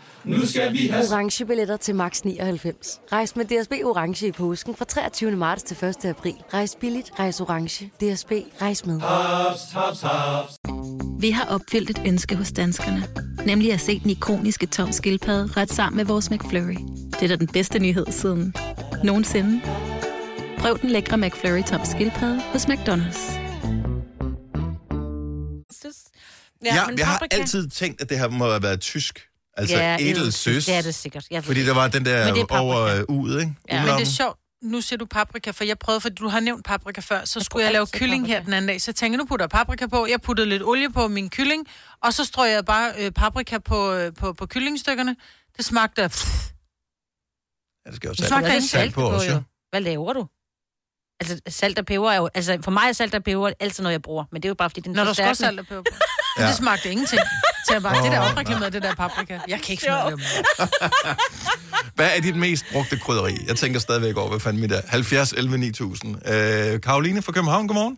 S8: Nu skal vi have...
S12: orange billetter til max 99. Rejs med DSB orange i påsken fra 23. marts til 1. april. Rejs billigt, rejs orange. DSB rejs med.
S8: Haps, haps, haps.
S6: Vi har opfyldt et ønske hos danskerne. Nemlig at se den ikoniske tom skildpadde ret sammen med vores McFlurry. Det er da den bedste nyhed siden nogensinde. Prøv den lækre McFlurry tom skildpadde hos McDonald's.
S1: Ja, ja, jeg har altid tænkt, at det her må have været tysk. Altså
S2: Ja,
S1: ja, edelsøs.
S2: det er det sikkert. Jeg ved
S1: Fordi
S2: det
S1: der var
S2: ikke.
S1: den
S2: Men det
S1: der
S2: er paprika.
S1: over øh, u'et, ikke?
S2: Ja. Men det er
S1: Umlauten.
S2: sjovt. Nu ser du paprika, for jeg prøvede, for du har nævnt paprika før, så skulle jeg, lave
S12: altid
S2: kylling her den anden dag. Så tænkte jeg, nu putter jeg paprika på. Jeg puttede lidt olie på min kylling, og så strøg jeg bare øh, paprika på, øh, på, på kyllingstykkerne. Det smagte... Pff,
S1: Ja, det skal jo
S2: Du smagte
S1: salt,
S2: ikke
S1: salt på også, jo.
S3: Hvad laver du? Altså, salt og peber er jo... Altså, for mig er salt og peber altid noget, jeg bruger. Men det er jo bare, fordi den
S2: når der skulle
S3: forstærker-
S2: salt og peber
S1: (laughs)
S2: på.
S3: Ja.
S2: Ja. Det smagte ingenting. Så jeg bare,
S1: Åh,
S2: det der
S1: nej.
S2: opreklameret, det der paprika. Jeg kan ikke smage det.
S1: Hvad er dit mest brugte krydderi? Jeg tænker stadigvæk over, hvad fanden mit er. 70, 11, 9000. Øh, Karoline fra København, godmorgen.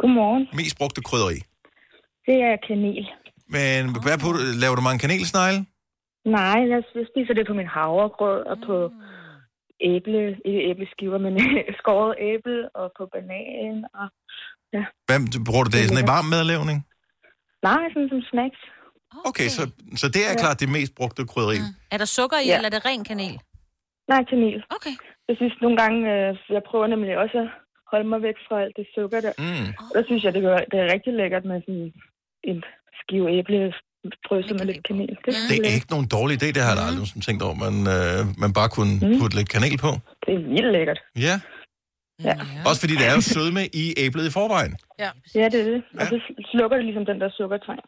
S13: Godmorgen.
S1: Mest brugte krydderi.
S13: Det er kanel.
S1: Men hvad på, laver du mange kanelsnegle?
S13: Nej, jeg jeg spiser det på min havregrød og på æble, ikke æbleskiver, men (laughs) skåret æble og på banan. Og,
S1: Hvad bruger du det sådan i varm madlavning?
S13: nej, sådan som snacks.
S1: Okay, så, så det er klart det mest brugte krydderi.
S3: Er der sukker i, ja.
S13: Ja.
S3: eller er det ren kanel?
S13: Nej, kanel.
S3: Okay.
S13: Jeg synes nogle gange, øh, jeg prøver nemlig også at holde mig væk fra alt det sukker der.
S1: Mm.
S13: Der synes jeg, det, gør, det er rigtig lækkert med sådan en skive æble drysset med lidt kanel. Det, er
S1: Det er
S13: lækkert.
S1: ikke nogen dårlig idé, det har jeg da aldrig nogensinde tænkt over, man, øh, man bare kunne putte lidt kanel på.
S13: det er vildt lækkert.
S1: Ja.
S13: Ja.
S1: Også fordi det er jo sødme i æblet i forvejen.
S2: Ja.
S13: ja, det er det. Og så slukker det ligesom den der sukkertræng.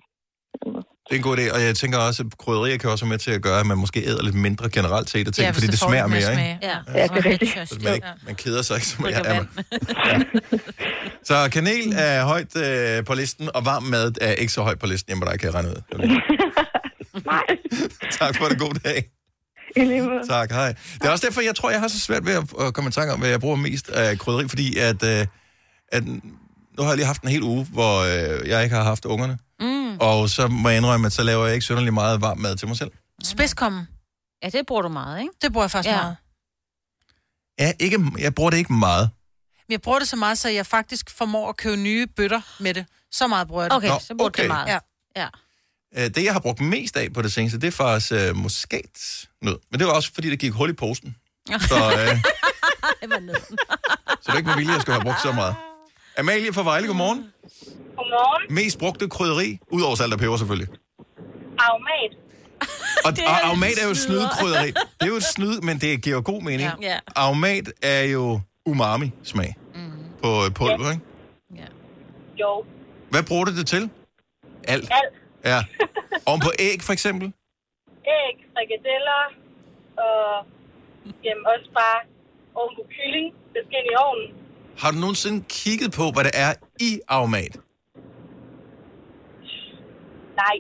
S1: Det er en god idé, og jeg tænker også, at krydderier kan også være med til at gøre, at man måske æder lidt mindre generelt set af ting, ja, fordi det smager mere, ikke?
S13: Ja,
S1: Ja.
S13: ja det er rigtigt.
S1: Så man, ikke, man keder sig ikke, som jeg er. Så kanel er højt øh, på listen, og varm mad er ikke så højt på listen hjemme på dig, kan jeg regne ud.
S13: (laughs)
S1: tak for det. God dag.
S13: I lige måde.
S1: Tak, hej. Det er også derfor, jeg tror, jeg har så svært ved at, at komme i tanke om, hvad jeg bruger mest af krydderi, fordi at, øh, at nu har jeg lige haft en hel uge, hvor øh, jeg ikke har haft ungerne.
S3: Mm.
S1: Og så må jeg indrømme, at så laver jeg ikke synderlig meget varm mad til mig selv.
S2: Spidskommen.
S3: Ja, det bruger du meget, ikke?
S2: Det bruger jeg faktisk ja. meget.
S1: Ja, ikke, jeg bruger det ikke meget.
S2: Men jeg bruger det så meget, så jeg faktisk formår at købe nye bøtter med det. Så meget bruger jeg det.
S1: Okay, Nå, så bruger du det okay. meget.
S2: Ja. ja.
S1: Øh, Det, jeg har brugt mest af på det seneste, det er faktisk øh, muskatnød. Men det var også, fordi det gik hul i posen. Så, øh, så det er ikke med vilje, jeg skulle have brugt så meget. Amalie fra Vejle, godmorgen.
S14: Godmorgen.
S1: Mest brugte krydderi, udover salt og peber selvfølgelig.
S14: Aromat.
S1: Og,
S14: Det er
S1: og
S14: jo
S1: aromat er jo
S14: snyder.
S1: snydekrydderi. Det er jo et snyd, men det giver jo god mening.
S14: Ja. Ja.
S1: Aromat er jo umami-smag mm. på øh, pulver, ikke?
S14: Jo.
S1: Hvad bruger du det til? Alt.
S14: Alt.
S1: Ja. Oven på æg, for eksempel?
S14: Æg, frikadeller og jamen, også bare oven på kylling. Det skal ind i ovnen.
S1: Har du nogensinde kigget på, hvad der er i aromat?
S14: Nej.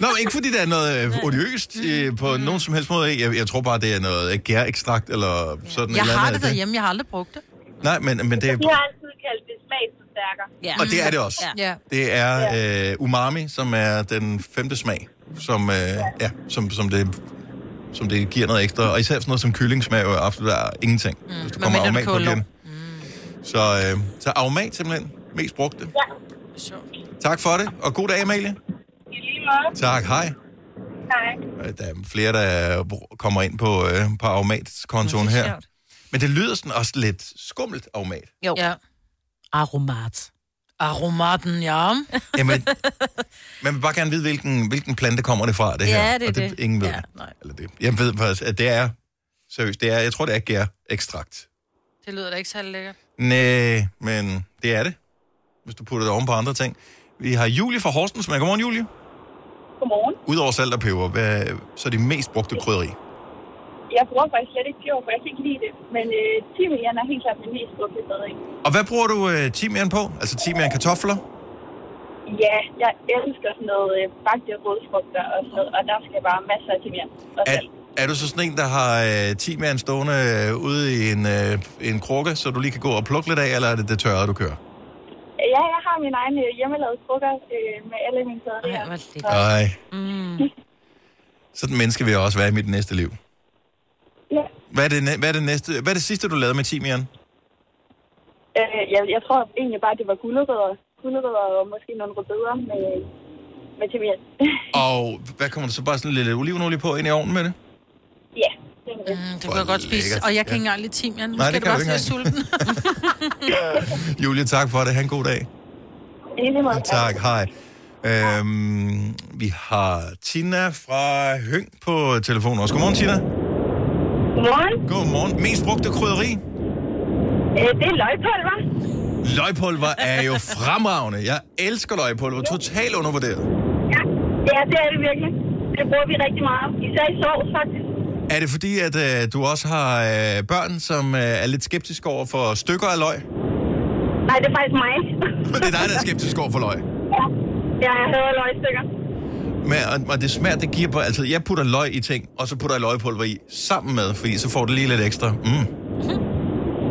S1: Nå, men ikke fordi der er noget øh, odiøst
S2: Mm.
S1: øh, på nogen som helst måde. Jeg, jeg tror bare, det er noget øh, gærekstrakt eller sådan et
S2: Jeg
S1: eller
S2: har
S1: andet
S2: det
S1: af
S2: derhjemme, jeg har aldrig brugt det.
S1: Nej, men, men det er...
S14: Vi har altid kaldt det smagsforstærker.
S2: Ja.
S1: Og det er det også.
S2: Ja.
S1: Det er øh, umami, som er den femte smag, som, øh, ja, som, som, det, som det giver noget ekstra. Og især sådan noget som kylling smager jo absolut af ingenting, mm. hvis du kommer
S2: medmindre
S1: aromat
S2: du koger
S1: på igen. Så, øh, så aromat simpelthen mest brugte.
S14: Ja.
S1: Tak for det, og god dag, Amalie.
S14: I lige måde.
S1: Tak, hej.
S14: Hej.
S1: Øh, Der er flere, der br- kommer ind på, øh, på aromatkontoen her. Men det lyder sådan også lidt skummelt, aromat.
S3: Jo.
S2: Ja.
S3: Aromat.
S2: Aromaten, ja.
S1: Jamen, man vil bare gerne vide, hvilken, hvilken plante kommer det fra, det her.
S2: Ja, det er
S1: og det,
S2: det.
S1: Ingen ved.
S2: Ja,
S1: nej. Eller det. Jeg ved faktisk, at det er, seriøst, det er, jeg tror, det er gær-ekstrakt.
S2: Det lyder da ikke særlig lækkert.
S1: Næh, men det er det, hvis du putter det oven på andre ting. Vi har Julie fra Horsens med. Godmorgen, Julie.
S14: Godmorgen.
S1: Udover salt og peber, hvad, så er det mest brugte krydderi.
S14: Jeg bruger faktisk slet ikke peber, for jeg kan ikke lide det. Men øh, timian er helt klart min mest brugte bedring.
S1: Og hvad bruger du øh, timian på? Altså timian kartofler?
S14: Ja, jeg elsker sådan noget øh, bagte rødfrugter og sådan noget, og der skal bare masser af timian. Og
S1: Er, er du så sådan en, der har øh, timian stående øh, ude i en, øh, en krukke, så du lige kan gå og plukke lidt af, eller er det det tørrede, du kører?
S14: Ja, jeg har min egen øh, hjemmelavede krukker øh, med alle mine sæder. Ej,
S1: Nej.
S3: Mm.
S1: Sådan et menneske vil jeg også være i mit næste liv.
S9: Ja.
S1: Hvad er det, næ- hvad er det, næste, hvad er det sidste, du lavede med timian?
S9: (laughs) Øh, jeg, jeg tror egentlig bare, det var gulerødder. Gulerødder og måske nogle rødbeder med, med timian. (laughs)
S1: Og hvad kommer der så bare sådan lidt olivenolie på ind i ovnen med det?
S9: ja.
S2: Mm, det
S1: Hvor
S2: kunne jeg godt spise,
S1: lækkert.
S2: og jeg kan
S1: Ja.
S2: ikke engang lide timian. Nu
S1: Nej,
S2: skal
S1: det
S2: det,
S1: kan
S2: bare
S1: du
S2: til at
S1: ikke
S2: sulten.
S1: Julie, tak for det. Ha' en god dag.
S9: Ja,
S1: Tak, hej. Øhm, vi har Tina fra Høng på telefonen også. Godmorgen, Tina.
S9: Godmorgen.
S1: Godmorgen. Mest brugte krydderi?
S9: øh, det er løgpulver.
S1: Løgpulver er jo fremragende. Jeg elsker løgpulver. Totalt undervurderet.
S9: Ja, det er det virkelig. Det bruger vi rigtig meget. Især i sovs, faktisk.
S1: Er det fordi, at øh, du også har øh, børn, som øh, er lidt skeptiske over for stykker af løg?
S9: Nej, det er faktisk mig. (laughs)
S1: Men det er dig, der er skeptisk over for løg.
S9: Ja, jeg hader løgstykker.
S1: Men, og, og det smager, det giver på... Altså, jeg putter løg i ting, og så putter jeg løgpulver i sammen med, fordi så får det lige lidt ekstra. Mm.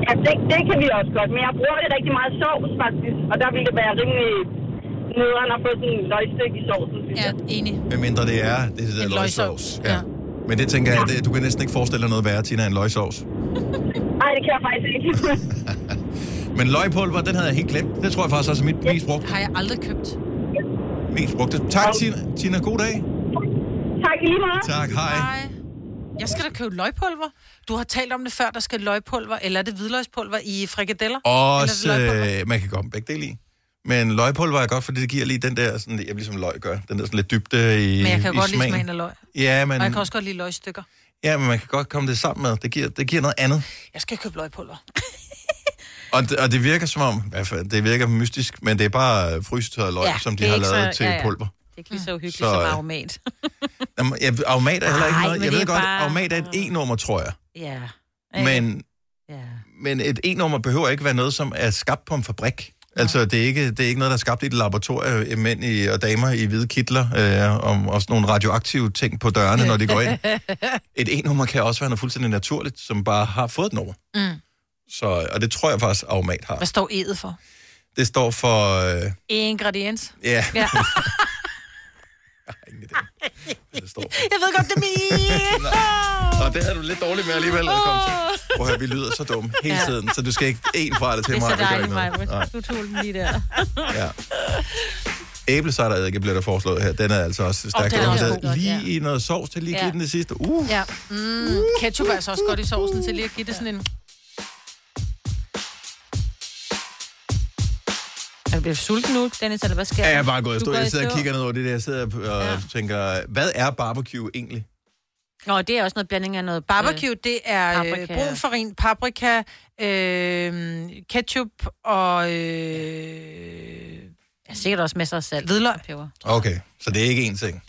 S9: Ja, det, det kan vi også godt. Men jeg bruger det rigtig meget i sovs, faktisk. Og der ville det være rimelig nederen at få sådan en løgstik i sovsen.
S2: Ja, enig.
S1: Hvad mindre det er, det hedder løgsovs. Ja. Men det tænker jeg, det, du kan næsten ikke forestille dig noget værre, Tina, end løgsovs.
S9: Nej, det kan jeg faktisk ikke. (laughs)
S1: Men løgpulver, den havde jeg helt glemt. Det tror jeg faktisk også er mit mest brugte.
S2: Har jeg aldrig købt.
S1: Mest brugte. Tak, Tina. Tina, god dag.
S9: Tak lige meget.
S1: Tak, hej.
S2: Hej. Jeg skal da købe løgpulver. Du har talt om det før, der skal løgpulver, eller er det hvidløgspulver i frikadeller?
S1: Også,
S2: Eller er det løgpulver?
S1: øh, man kan godt begge dele i. Men løgpulver er godt, fordi det giver lige den der, sådan, jeg ligesom løg gør, den der sådan lidt dybde i
S2: Men jeg kan
S1: i Mm.
S2: godt lide smagen af løg.
S1: Ja men,
S2: Og jeg kan også godt lide løgstykker.
S1: ja, men man kan godt komme det sammen med. Det giver, det giver noget andet.
S2: Jeg skal købe løgpulver.
S1: Og det, og det virker som om, i hvert fald, det virker mystisk, men det er bare frysetørret løg, ja, som de har lavet så, til ja, ja. pulver.
S3: Det er ikke lige så uhyggeligt
S1: Så,
S3: så, som
S1: øh,
S3: aromat.
S1: Jamen, jeg, Aumat er heller ikke
S3: Ej,
S1: noget.
S3: men
S1: Jeg
S3: det
S1: ved
S3: er
S1: godt,
S3: bare-
S1: Aumat er et E-nummer, tror jeg.
S3: ja.
S1: Men, men et E-nummer behøver ikke være noget, som er skabt på en fabrik. Altså, det er, ikke, det er ikke noget, der er skabt i et laboratorium øh, af mænd i, og damer i hvide kitler, øh, og også nogle radioaktive ting på dørene, når de går ind. Et E-nummer kan også være noget fuldstændig naturligt, som bare har fået et nummer.
S2: Mm.
S1: Så, og det tror jeg faktisk, Aumat har.
S2: Hvad står E'et for?
S1: Det står for... Øh,
S2: Ingrediens.
S1: (laughs) ja,
S2: Ja. Jeg ved godt, det er min.
S1: og det havde du lidt dårligt med alligevel. at komme til. Prøv at høre, vi lyder så dumme hele
S3: Ja.
S1: tiden, så du skal ikke en fra det til
S3: det er
S1: mig.
S3: så
S1: gør
S3: dejligt,
S1: ikke noget.
S3: Maja.
S1: Nej.
S3: Du tog den lige der.
S1: Ja. Æblesejderedike bliver der foreslået her. Den er altså også
S2: Og
S1: stærkt
S2: den er også
S1: undervurderet.
S2: god, godt,
S1: Lige i noget sovs til lige
S2: Ja.
S1: ja. den det sidste. Uh.
S2: Ja. Mm, ketchup er altså også godt i sovsen til lige at give det sådan en...
S3: Er du blevet sulten nu, Dennis, eller hvad sker
S1: Ja,
S3: der?
S1: jeg er bare gået
S3: Du
S1: i stå.
S3: går
S1: Jeg
S3: i
S1: sidder og
S3: stå.
S1: kigger ned over det der. Jeg sidder og ja. tænker, hvad er barbecue egentlig?
S3: Nå, det er også noget blanding af noget...
S2: Barbecue, det er øh,
S3: paprika.
S2: brun farin, paprika, øh, ketchup og... Øh,
S3: Ja, sikkert også masser af salt.
S2: Hvidløg.
S3: Og peber.
S1: Okay, så det er ikke én ting.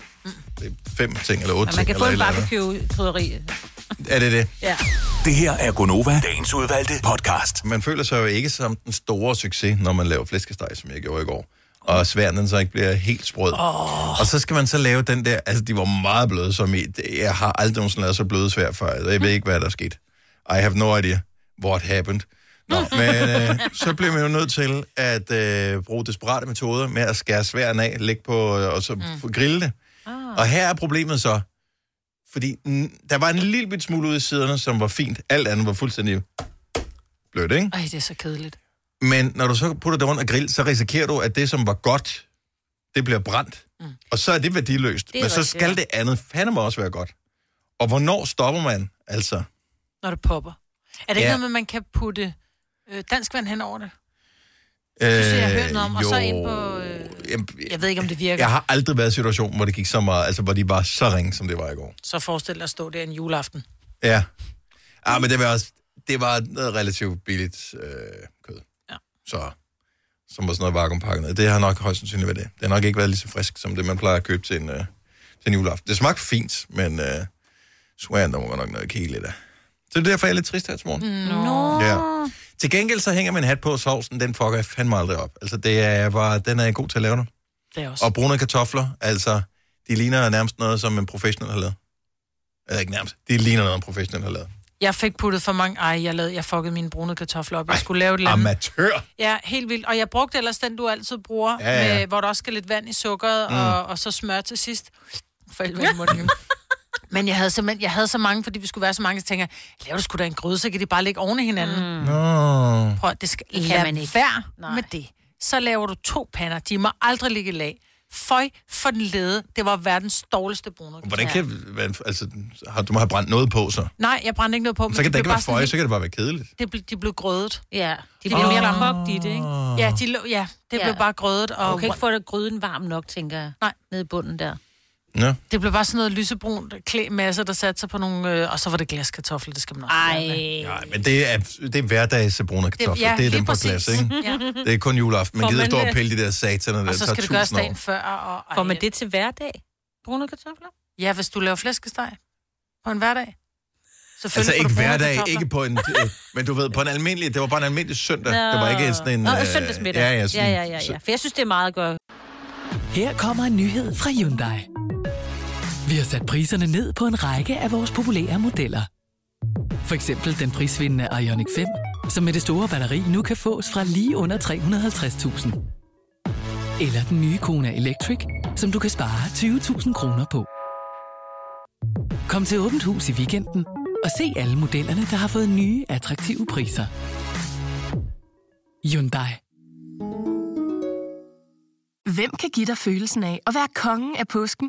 S1: Det er fem ting eller otte
S3: Og man
S1: ting.
S3: kan få en
S1: eller et eller andet.
S3: barbecue-krydderi.
S1: Er det det?
S3: Ja.
S1: Det her er Gonova, dagens udvalgte podcast. Man føler sig jo ikke som den store succes, når man laver flæskesteg, som jeg gjorde i går. Og sværen den så ikke bliver helt sprød. Oh. Og så skal man så lave den der, altså de var meget bløde som i, det- jeg har aldrig nogensinde lavet så bløde svær før, altså, jeg ved ikke, hvad der skete. I have no idea what happened. Nå, men øh, så blev man jo nødt til at øh, bruge desperate metoder med at skære sværen af, lægge på, øh, og så mm. grille det. Oh. Og her er problemet så, fordi mm, der var en lille bit smule ude i siderne, som var fint. Alt andet var fuldstændig blødt, ikke?
S2: Ej, det er så kedeligt.
S1: Men når du så putter det rundt og grill, så risikerer du, at det, som var godt, det bliver brændt. Mm. Og så er det værdiløst.
S2: Det er
S1: Men så
S2: rigtigt, ja.
S1: skal det andet fandme også være godt. Og hvornår stopper man, altså?
S2: når det popper. Er det ikke
S1: Ja.
S2: noget med, man kan putte øh, dansk vand hen over det? synes, jeg har hørt noget om, og så ind på,
S1: Øh, jamen,
S2: Jeg ved ikke, om det virker.
S1: jeg har aldrig været i situationen, hvor det gik så meget, altså hvor de var så ringe, som det var i går.
S2: Så forestil dig at stå der en juleaften.
S1: Ja. Ah, men det var, også, det var noget relativt billigt øh, kød.
S2: Ja.
S1: Så, som var sådan noget vakuumpakket. ned. Det har nok højst sandsynligt været det. Det har nok ikke været lige så frisk, som det man plejer at købe til en, øh, til en juleaften. Det smagte fint, men øh, sværen, der var nok noget kæle der. Så det er derfor, jeg er lidt trist her til morgen.
S2: Mm. Nå.
S1: Ja. Til gengæld så hænger min hat på sovsen, den fucker jeg fandme aldrig op. Altså, det er bare, den er jeg god til at lave nu.
S2: Det er også.
S1: Og brune kartofler, altså, de ligner nærmest noget, som en professionel har lavet. Eller ikke nærmest, de ligner noget, en professionel har lavet.
S2: Jeg fik puttet for mange... Ej, jeg, lavede, jeg fuckede mine brune kartofler op. Jeg skulle lave et eller andet.
S1: Amatør!
S2: Ja, helt vildt. Og jeg brugte ellers den, du altid bruger,
S1: Ja, ja.
S2: Med, hvor der også skal lidt vand i sukkeret,
S1: Mm. (laughs)
S2: mm. og, og så smør til sidst. For helvede i munden. Men jeg havde, simpelthen, jeg havde så mange, fordi vi skulle være så mange, så tænker jeg, laver du sgu da en gryde, så kan de bare ligge oven i hinanden. Mm.
S1: Nå.
S2: Prøv, at- det skal
S3: Det kan
S2: lad
S3: man ikke.
S2: være med det. Så laver du to pander, de må aldrig ligge i lag. Føj for den lede, det var verdens dårligste bruner.
S1: Hvordan kan... hvad- Altså, har, du må have brændt noget på, så.
S2: Nej, jeg brændte ikke noget på. men
S1: Så kan
S2: blev
S1: det ikke være
S2: bare sådan
S1: føje,
S2: helt-
S1: så kan det bare være kedeligt.
S2: det blev, de blev grødet.
S3: Ja,
S2: de
S3: blev mere
S2: kogt i det, ikke? Ja, de lå, ja det ja. blev bare grødet. Og...
S3: Du kan ikke få det gryden varm nok, tænker jeg.
S2: Nej.
S3: Nede i bunden der.
S1: Ja.
S2: Det blev bare sådan noget lysebrunt klæmasse, der satte sig på nogle... Øh, og så var det glaskartofler, det skal man også
S1: Nej, men det er, det er hverdagsbrune kartofler. Det,
S2: ja,
S1: det er
S2: lige
S1: dem på
S2: præcis.
S1: glas, ikke?
S2: Ja.
S1: Det er kun juleaften. Man
S2: Får
S1: gider
S2: man,
S1: stå og
S2: øh,
S1: pille de der sataner, der
S2: Og så skal
S1: tager
S2: det gøres
S1: tusind år.
S2: dagen før. Og, og,
S3: Får man det til hverdag? Brune kartofler?
S2: Ja, hvis du laver flæskesteg på en hverdag.
S1: Altså
S2: får
S1: ikke
S2: du brune
S1: hverdag,
S2: kartofler.
S1: ikke på en... Øh, men du ved, på en almindelig... Det var bare en almindelig søndag. Det var ikke sådan en...
S3: Nå,
S1: øh,
S3: søndagsmiddag.
S1: Ja, ja, sådan,
S3: ja, ja, ja, ja. For jeg synes, det er meget godt.
S10: Her kommer en nyhed fra Hyundai. Vi har sat priserne ned på en række af vores populære modeller. For eksempel den prisvindende Ioniq 5, som med det store batteri nu kan fås fra lige under 350.000. Eller den nye Kona Electric, som du kan spare 20.000 kroner på. Kom til Åbent Hus i weekenden og se alle modellerne, der har fået nye, attraktive priser. Hyundai.
S11: Hvem kan give dig følelsen af at være kongen af påsken?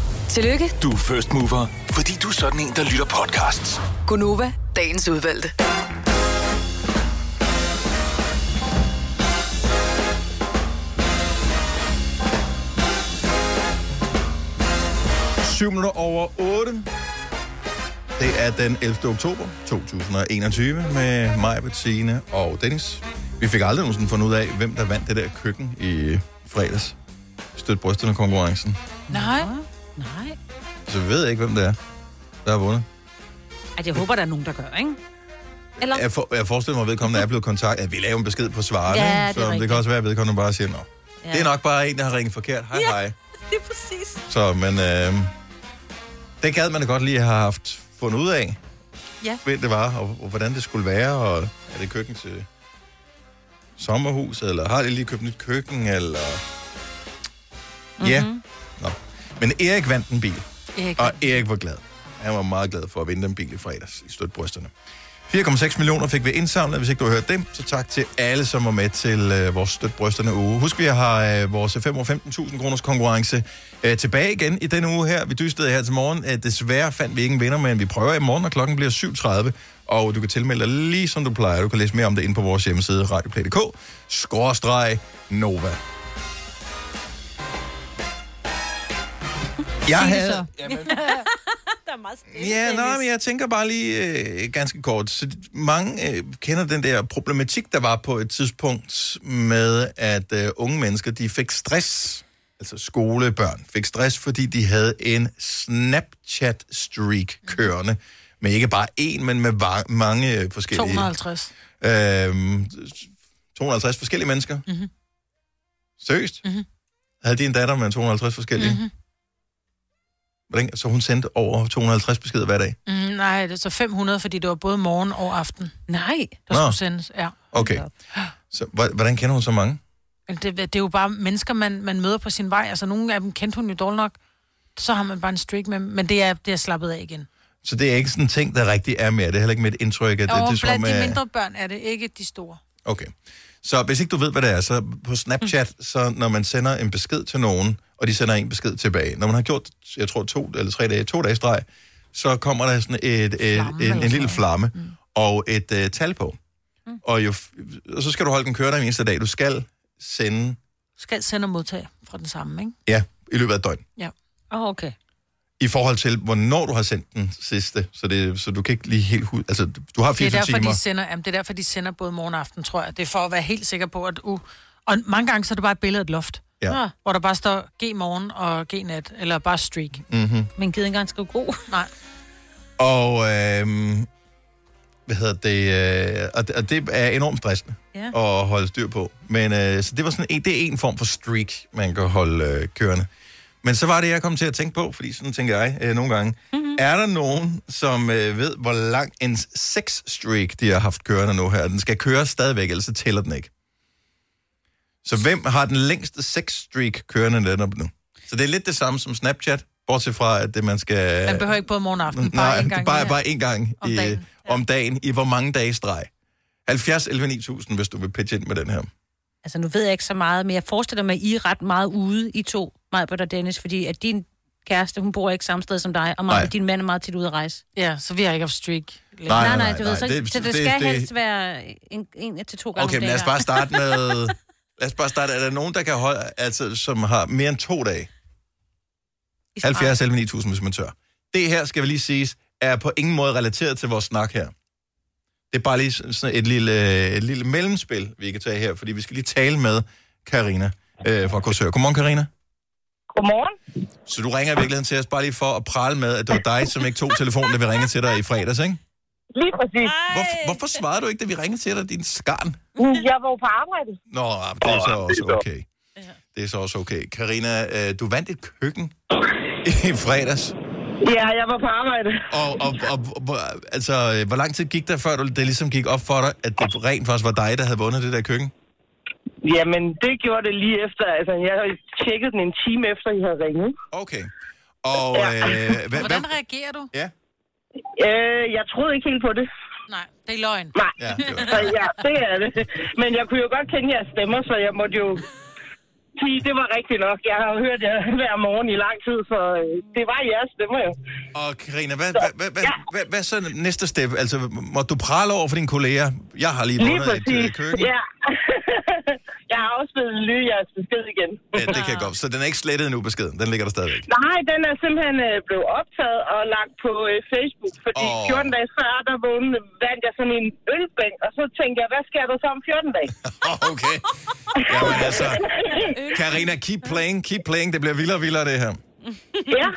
S4: Tillykke,
S5: Du er first mover, fordi du er sådan en, der lytter podcasts.
S4: Gunova, dagens udvalgte.
S1: Syv minutter over 8. Det er den 11. oktober 2021 med mig, Bettine og Dennis. Vi fik aldrig nogensinde fundet ud af, hvem der vandt det der køkken i fredags. Støt brysterne konkurrencen.
S2: Nej.
S3: Nej.
S1: Så vi ved ikke, hvem det er, der har vundet.
S3: At jeg håber, der er nogen, der gør, ikke? Eller?
S1: Jeg, for, jeg forestiller mig, at vedkommende er blevet kontaktet. Ja, vi laver en besked på svaret,
S3: Ja, det er
S1: ikke? så det
S3: rigtigt.
S1: kan også være, at vedkommende bare siger, Nå.
S3: Ja.
S1: Ja. Det er nok bare en, der har ringet forkert. Hej, ja. hej.
S3: Det er præcis.
S1: Så, men øh, det gad man da godt lige have haft fundet ud af,
S2: Ja.
S1: hvem det var, og, og hvordan det skulle være, og er det køkken til sommerhus, eller har de lige købt nyt køkken, eller... Mm-hmm. Ja. Nå. Men Erik vandt en bil,
S2: Erik.
S1: og Erik var glad. Han var meget glad for at vinde den bil i fredags i støtbrysterne. 4,6 millioner fik vi indsamlet. Hvis ikke du har hørt dem, så tak til alle, som var med til øh, vores støtbrysterne uge. Husk, vi har øh, vores 5 år 15.000 kroners konkurrence øh, tilbage igen i denne uge her. Vi dystede her til morgen. Øh, desværre fandt vi ikke en vinder, men vi prøver i morgen, og klokken bliver 7.30. Og du kan tilmelde dig lige som du plejer. Du kan læse mere om det inde på vores hjemmeside, radioplay.dk, skråstreg Nova. Jeg havde,
S3: der er meget stille.
S1: Ja, nej, men jeg tænker bare lige øh, ganske kort. Så mange øh, kender den der problematik, der var på et tidspunkt med, at øh, unge mennesker, de fik stress, altså skolebørn, fik stress, fordi de havde en
S2: Mhm.
S1: Snapchat-streak kørende, med ikke bare én, men med va- mange øh, forskellige...
S2: 250.
S1: Øhm, 250 forskellige mennesker.
S2: Mhm.
S1: Seriøst?
S2: Mhm.
S1: Havde de en datter med 250 forskellige?
S2: Mhm.
S1: Hvordan, så hun sendte over 250 beskeder hver dag?
S2: Mm, nej, det er så 500, fordi det var både morgen og aften.
S3: Nej.
S2: Der
S1: Nå.
S2: skulle sendes, ja.
S1: Okay. Så, hva- hvordan kender hun så mange?
S2: Men Det, det er jo bare mennesker, man, man møder på sin vej. Altså, nogle af dem kendte hun jo dårligt nok. Så har man bare en streak med dem. Men det er, det er slappet af igen.
S1: Så det er ikke sådan en ting, der rigtig er mere. Det er heller ikke mit indtryk. At det,
S2: og
S1: det, er som om,
S2: blandt de
S1: at-
S2: mindre børn er det ikke de store.
S1: Okay. Så hvis ikke du ved, hvad det er, så på Snapchat, så når man sender en besked til nogen, og de sender en besked tilbage. Når man har gjort, jeg tror, to eller tre dage, to dage i streg, så kommer der sådan et, et, en, en lille flamme mm. og et uh, tal på. Mm. Og, jo, f- og så skal du holde den kørende hver eneste dag. Du skal sende,
S2: Skal sende og modtage fra den samme, ikke?
S1: ja, i løbet af et døgn.
S2: Ja. Åh, oh, okay.
S1: I forhold til, hvornår du har sendt den sidste. Så, det, så du kan ikke lige helt... hu- Altså, du har
S2: Det er,
S1: 24
S2: derfor,
S1: timer.
S2: de sender, jamen, det er derfor, de sender både morgen og aften, tror jeg. Det er for at være helt sikker på, at... Uh, og mange gange så er det bare et billede af et loft.
S3: Ah.
S1: Ja.
S2: Hvor der bare står G morgen og G nat, eller bare streak.
S1: Mm-hmm.
S2: Men gider ikke engang skrive god. Nej.
S1: Og, øhm, hvad hedder det, øh, og, det- og det er enormt stressende
S2: Ja.
S1: at holde styr på. Men øh, så det var sådan en, det er en form for streak, man kan holde øh, kørende. Men så var det, jeg kom til at tænke på, fordi sådan tænker jeg øh, nogle gange. Mm-hmm. Er der nogen, som øh, ved, hvor lang en sex-streak, de har haft kørende nu her? Den skal køre stadigvæk, ellers så tæller den ikke. Så hvem har den længste sex-streak kørende netop nu? Så det er lidt det samme som Snapchat, bortset fra, at det, man skal...
S2: Man behøver ikke både morgen og aften, bare
S1: Mm, Nej,
S2: en
S1: det er
S2: gang.
S1: bare,
S2: mere.
S1: bare en gang
S2: Om
S1: i,
S2: dagen.
S1: om dagen, i hvor mange dage i streg. 70 11 9000, hvis du vil pitche ind med den her.
S3: Altså, nu ved jeg ikke så meget, men jeg forestiller mig, at I er ret meget ude, I to, Majbert og Dennis, fordi at din kæreste, hun bor ikke samme sted som dig, og
S1: Nej.
S3: Maja, din mand er meget tit ude at rejse.
S2: Ja, så vi har ikke haft streak. Nej,
S3: nej, nej,
S1: nej,
S3: nej, du ved
S1: nej,
S3: så,
S1: det-
S3: det, så det,
S1: det-
S3: det skal
S1: det-
S3: det, helst være en, en til to gange
S1: Okay,
S3: om
S1: men lad os
S3: dagen.
S1: bare starte med... Lad os bare starte. Er der nogen, der kan holde, altså, som har mere end to dage? 70 11 9000, hvis man tør. Det her, skal vi lige siges, er på ingen måde relateret til vores snak her. Det er bare lige sådan et lille, et lille mellemspil, vi kan tage her, fordi vi skal lige tale med Karina øh, fra Korsør. Godmorgen, Karina.
S15: Godmorgen.
S1: Så du ringer i virkeligheden til os bare lige for at prale med, at det var dig, som ikke tog telefonen, da vi ringede til dig i fredags, ikke?
S15: Lige præcis.
S1: Hvor, hvorfor svarede du ikke, da vi ringede til dig, din skarn?
S15: Jeg var jo på arbejde.
S1: Nå, ah, det er så også okay. Det er så også okay. Karina, øh, du vandt et køkken i fredags.
S15: Ja, jeg var på arbejde.
S1: Og, og, og hvor- altså, øh, hvor lang tid gik der, før du- det ligesom gik op for dig, at det rent faktisk var dig, der havde vundet det der køkken?
S15: Jamen, det gjorde det lige efter. Altså, jeg havde tjekket den en time efter, I havde ringet.
S1: Okay. Og øh, hvad, hvad,
S2: Hvordan reagerer du?
S1: Ja.
S15: Øh, jeg troede ikke helt på det.
S2: Nej, det er løgn.
S15: Nej.
S1: Ja,
S15: Så ja, det er det. Men jeg kunne jo godt kende jeres stemmer, så jeg måtte jo sige, det var rigtigt nok. Jeg har jo hørt jer (laughs) hver morgen i lang tid, så øh, det var jeres stemmer jo.
S1: og Karina, hvad, hvad, hvad, hvad, hvad, hvad så næste step? Altså, må du prale over for dine kolleger? Jeg har lige
S15: Lige
S1: vundet et
S15: præcis.
S1: øh, køkken.
S15: Ja. (laughs) jeg har også blevet lyde jeres besked igen.
S1: Ja, det kan jeg godt. Så den er ikke slettet endnu, beskeden. Den ligger der stadigvæk. (laughs)
S15: Nej, den er simpelthen øh, blevet optaget og lagt på øh, Facebook, fordi
S1: Åh.
S15: oh. 14 dage før, der vågnede, vandt jeg sådan en ølbænk, og så tænkte jeg, hvad sker der så om 14
S1: (laughs)
S15: dage?
S1: Okay. Jamen altså, Karina, keep playing, keep playing. Det bliver vildere og vildere, det her.
S15: ja.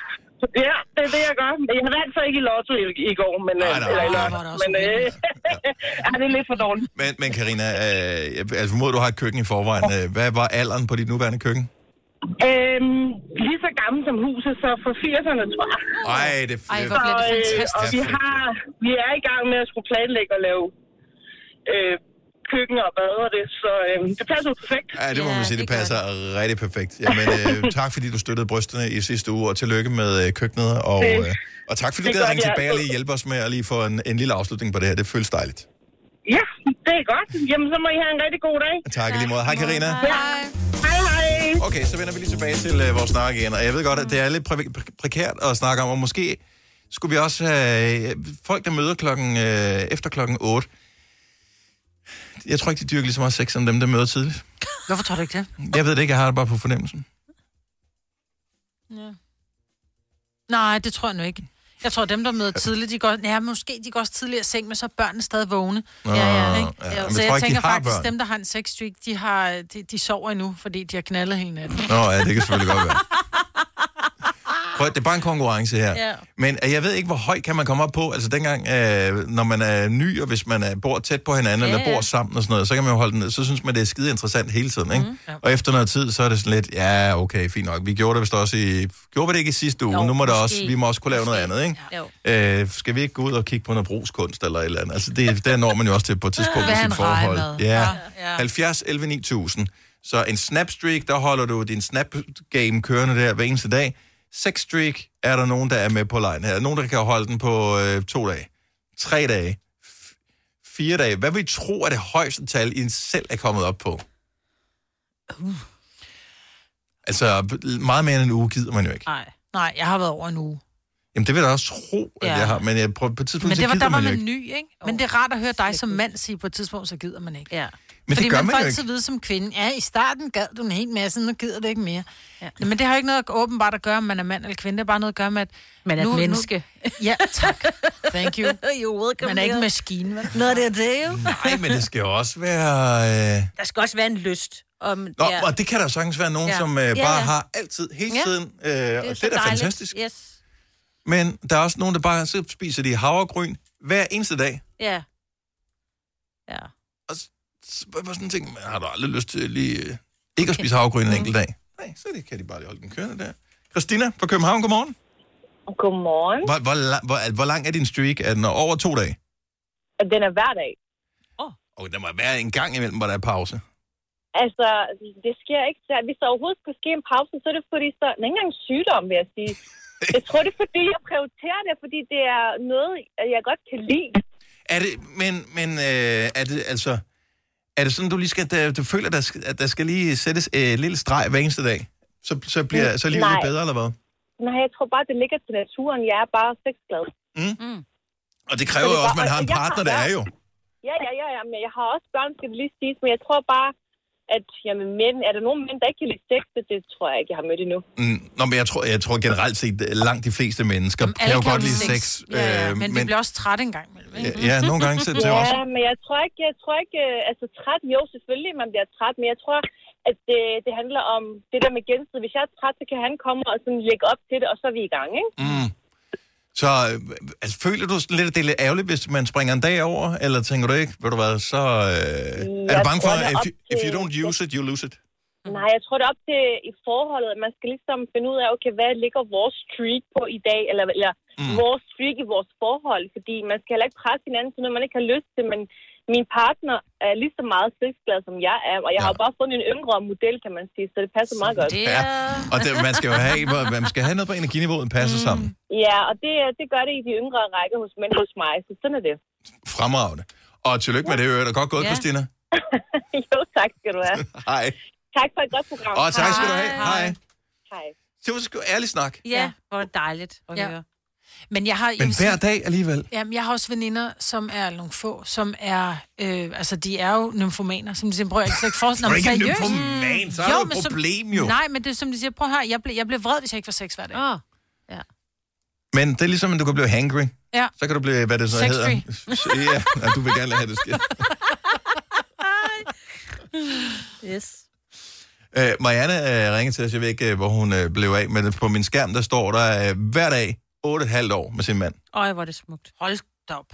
S15: Ja, det er det, jeg gør. Jeg vandt så ikke i lotto i, i går, men... øh,
S1: Nej, nej,
S15: eller i
S1: nej.
S15: lørdag.
S1: Var det
S15: Men øh, (laughs) ja, det er lidt for dårligt.
S1: Men, men Karina, øh, jeg- altså, formoder, du har et køkken i forvejen. Øh, Hvad var alderen på dit nuværende køkken?
S15: Øhm, lige så gammel som huset, så fra 80'erne, tror jeg.
S1: Ej, det er
S15: Ej,
S1: fedt.
S15: hvor bliver det fantastisk. Og vi, har, vi er i gang med at skulle planlægge og lave øh, køkken og bad og det, så øh, det passer jo perfekt.
S1: Ja, det må man sige, det passer rigtig perfekt. Jamen, øh, tak fordi du støttede brysterne i sidste uge, og tillykke med øh, køkkenet. Og,
S15: Det-
S1: øh, og tak fordi du
S15: det
S1: gad at
S15: gør
S1: ringe
S15: vi
S1: tilbage og
S15: altid.
S1: lige hjælpe os med at lige få en, en lille afslutning på det her. Det føles dejligt.
S15: Ja, det er godt. Jamen, så må I have en rigtig god dag.
S1: Tak i lige måde. Hej, Karina.
S15: Ja. Hej, hej.
S1: Okay, så vender vi lige tilbage til øh, vores snak igen. Og jeg ved godt, at det er lidt præ- præ- prekært at snakke om, og måske skulle vi også have øh, folk, der møder klokken, øh, efter klokken 8. Jeg tror ikke, de dyrker lige så meget sex, som dem, der møder tidligt.
S2: Hvorfor tror du ikke det?
S1: Jeg ved det ikke, jeg har det bare på fornemmelsen.
S2: Ja. Nej, det tror jeg nu ikke. Jeg tror, dem, der møder tidligt, de går, ja, måske de går også tidligere i seng, men så er børnene stadig vågne.
S1: Nå, ja,
S2: ikke?
S1: men jeg
S2: så
S1: tror
S2: jeg
S1: ikke, de
S2: tænker
S1: har
S2: faktisk,
S1: børn.
S2: dem, der har en sexstreak, de, har, de, de sover endnu, fordi de har knaldet hele natten.
S1: Nå, ja, det kan selvfølgelig godt være. Prøv, at- det er bare en konkurrence her.
S2: Ja.
S1: Men øh, jeg ved ikke, hvor højt kan man komme op på. Altså dengang, øh, når man er ny, og hvis man er, bor tæt på hinanden,
S16: Ja,
S1: ja, eller
S16: ja.
S1: bor sammen og sådan noget, så kan man jo holde den ned. Så synes man, det er skide interessant hele tiden, ikke? Mm, ja. Og efter noget tid, så er det sådan lidt, ja, okay, fint nok. Vi gjorde det vist også i... Gjorde vi det ikke i sidste uge?
S16: Jo,
S1: nu må det
S16: måske.
S1: også, vi må også kunne lave noget andet, ikke?
S2: Jo.
S1: Øh, skal vi ikke gå ud og kigge på noget brugskunst eller et eller andet? Altså, det, der når man jo også til på et tidspunkt i
S2: Hvad er
S1: sit
S2: en rejemad?
S1: forhold.
S2: Ja,
S1: Ja. ja. 70, 11, 9000. Så en snapstreak, der holder du din snap-game kørende der hver eneste dag. Sexstreak er der nogen, der er med på lejen her. Nogen, der kan holde den på øh, to dage, tre dage, f- fire dage. Hvad vil I tro er det højeste tal, I selv er kommet op på?
S2: Uh.
S1: Altså, meget mere end en uge gider man jo ikke.
S2: Nej. Nej, jeg har været over en uge.
S1: Jamen, det vil jeg da også tro, at
S2: Ja.
S1: ja. jeg har, men jeg prøver, på et tidspunkt,
S2: Men det var,
S1: så
S2: der
S1: gider
S2: var
S1: jo
S2: man
S1: ikke.
S2: ny, ikke? Men det er rart at høre dig som mand sige, på et tidspunkt, så gider man ikke.
S3: Ja.
S1: det
S2: Fordi
S1: gør
S2: man,
S1: man
S2: får
S1: jo
S2: altid
S1: ikke.
S2: vide som kvinde, ja, i starten gad du en hel masse, nu gider det ikke mere. Ja. Men det har jo ikke noget åbenbart at gøre, om man er mand eller kvinde. Det har bare noget at gøre med, at...
S3: Man er et menneske.
S2: Nu, ja, tak. Thank you.
S3: You're welcome.
S2: Man er ikke Mm. en
S3: maskine, vel? Nå, det er det jo.
S1: Nej, men det skal jo også være... Øh...
S3: Der skal også være en lyst. Om,
S1: Nå, ja. og det kan der sagtens være nogen,
S3: Ja.
S1: ja. som øh,
S3: Ja,
S1: bare ja,
S3: ja.
S1: ja. har altid, hele
S3: Ja.
S1: tiden, øh, det er og det
S3: så
S1: er da
S3: dejligt.
S1: fantastisk.
S3: Yes.
S1: Men der er også nogen, der bare så spiser de havregryn hver eneste dag.
S3: Ja. Ja.
S1: Så var sådan en ting, man har du aldrig lyst til lige, øh, ikke okay. at spise havregryn en enkelt dag. Nej, så det kan de bare lige holde den kørende der. Christina fra København, godmorgen.
S9: Godmorgen.
S1: Hvor, hvor, la- hvor, hvor lang er din streak? Er den over to dage?
S9: Og den er hver dag.
S1: Og der må være en gang imellem, hvor der er pause.
S9: Altså, det sker ikke. Så Hvis der overhovedet skulle ske en pause, så er det fordi, så ikke engang sygdom, vil jeg sige. Jeg tror, det er fordi, jeg prioriterer det, fordi det er noget, jeg godt kan lide.
S1: Er det, men, men øh, er det altså... Er det sådan, du lige skal, der, du føler, der skal, at der skal lige sættes øh, et lille streg hver eneste dag? Så, så bliver så er livet
S9: Nej.
S1: lidt bedre, eller hvad?
S9: Nej, jeg tror bare, det ligger til naturen. Jeg er bare sexglad.
S1: Mm.
S9: Mm.
S1: Og det kræver jo også, at man har en partner, der er jo.
S9: altså, Ja, ja, ja, ja, men jeg har også børn, skal det lige siges, men jeg tror bare, at jamen, mænd, er der nogen mænd, der ikke kan lide sex? Det, det tror jeg ikke, jeg har mødt endnu.
S1: Mm, Nå, men jeg tror, jeg tror generelt set, øh, langt de fleste mennesker kan
S2: alle
S1: jo
S2: kan
S1: godt
S2: jo
S1: lide
S2: sex.
S1: sex.
S2: Ja, ja,
S1: øh,
S2: men, men vi bliver også trætte en gang. imellem,
S1: Ja, ja, nogle gange
S9: (laughs)
S1: så det
S9: ja,
S1: også.
S9: men jeg tror ikke, jeg tror ikke, øh, altså træt, jo selvfølgelig, man bliver træt, men jeg tror, at det, det handler om det der med gensidigt. Hvis jeg er træt, så kan han komme og sådan lægge op til det, og så er vi i gang, ikke?
S1: Mm. Så øh, altså, føler du sådan lidt, at det er lidt ærgerligt, hvis man springer en dag over? Eller tænker du ikke, ved du hvad, så... Øh, er du bange for,
S9: tror, det er
S1: if
S9: op
S1: you, if you
S9: til-
S1: don't use it, you lose it?
S9: Nej, jeg tror, det er op til i forholdet, at man skal ligesom finde ud af, okay, hvad ligger vores streak på i dag, eller, eller mm. vores streak i vores forhold, fordi man skal heller ikke presse hinanden til noget, man ikke har lyst til, men min partner er lige så meget sexglad, som jeg er, og jeg ja. har jo bare fundet en yngre model, kan man sige, så det passer meget godt.
S1: Ja. Og det, man skal jo have, en, hvor- man skal have noget på energiniveauet, der passer mm. sammen.
S9: Ja, og det, det gør det i de yngre række hos mænd hos mig, så sådan er det. (laughs)
S1: Fremragende. Og tillykke med det, øh, det er godt gået,
S9: Ja.
S1: ja. Christina.
S9: jo, tak skal du have.
S1: Hej.
S9: Tak for et godt program.
S1: Og tak skal du have. Hej.
S9: Hej.
S1: Det var sgu ærlig snak.
S2: Ja, ja. hvor er det dejligt at ja. høre. Men jeg har... jeg
S1: Men
S2: vil
S1: hver
S2: sige-
S1: dag alligevel.
S2: Jamen, jeg har også veninder, som er nogle få, som er... Øh, altså, de er jo nymfomaner, som de siger, prøv at jeg kan slet ikke forestille
S1: Du
S2: mig.
S1: er ikke
S2: seriøst?
S1: nymfoman, så er der jo
S2: men
S1: et
S2: som-
S1: problem jo.
S2: Nej, men det er som de siger, prøv her, jeg blev, jeg blev vred, hvis jeg ikke får sex hver dag.
S3: Oh.
S1: Men det er ligesom, at du kan blive hangry.
S2: Ja.
S1: Så kan du blive, hvad det så
S2: Sexfree.
S1: hedder. (laughs) ja, og du vil gerne have det sker.
S3: Yes.
S1: Øh, Marianne øh, ringede til os, jeg ved ikke, øh, hvor hun øh, blev af, men på min skærm, der står der øh, hver dag 8,5 år med sin mand.
S3: Øj, hvor er det smukt.
S2: Hold da op.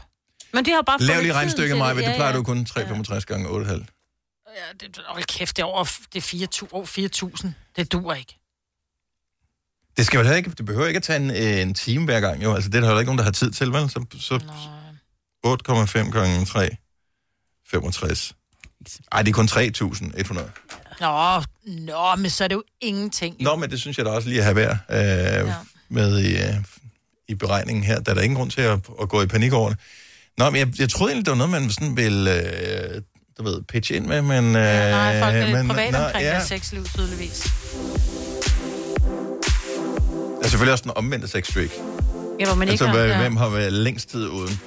S3: Men de har bare
S1: Lav
S3: fundet
S1: lige
S3: tiden
S1: regnstykket,
S3: til
S1: Maja, det
S3: Ja,
S1: plejer
S3: ja.
S1: du kun 3,65 gange 8,5.
S2: Ja, det, hold kæft, det er over f- det er 4.000, over 4.000. Det duer ikke.
S1: Det skal vel heller ikke, det behøver ikke at tage en, øh, en time hver gang, jo. Altså, det er der heller ikke nogen, der har tid til, vel? Så, så 8,5 gange 3, 65. Ej, det er kun 3.100.
S2: Nå, nå, men så er det jo ingenting.
S1: Nå, men det synes jeg da også lige at have værd øh, ja. med i, øh, i beregningen her. Der er der ingen grund til at, at gå i panik over det. Nå, men jeg, jeg troede egentlig, det var noget, man sådan ville, øh, du ved, pitche ind med, men... Øh, ja,
S2: Nej, folk er lidt
S1: men,
S2: privat omkring
S1: nå,
S2: altså.
S1: ja.
S2: deres sexliv, tydeligvis.
S1: Der er selvfølgelig også den omvendte sex streak.
S3: Ja, hvor man ikke
S1: altså,
S3: har...
S1: hvad,
S3: ja.
S1: hvem har været længst tid uden?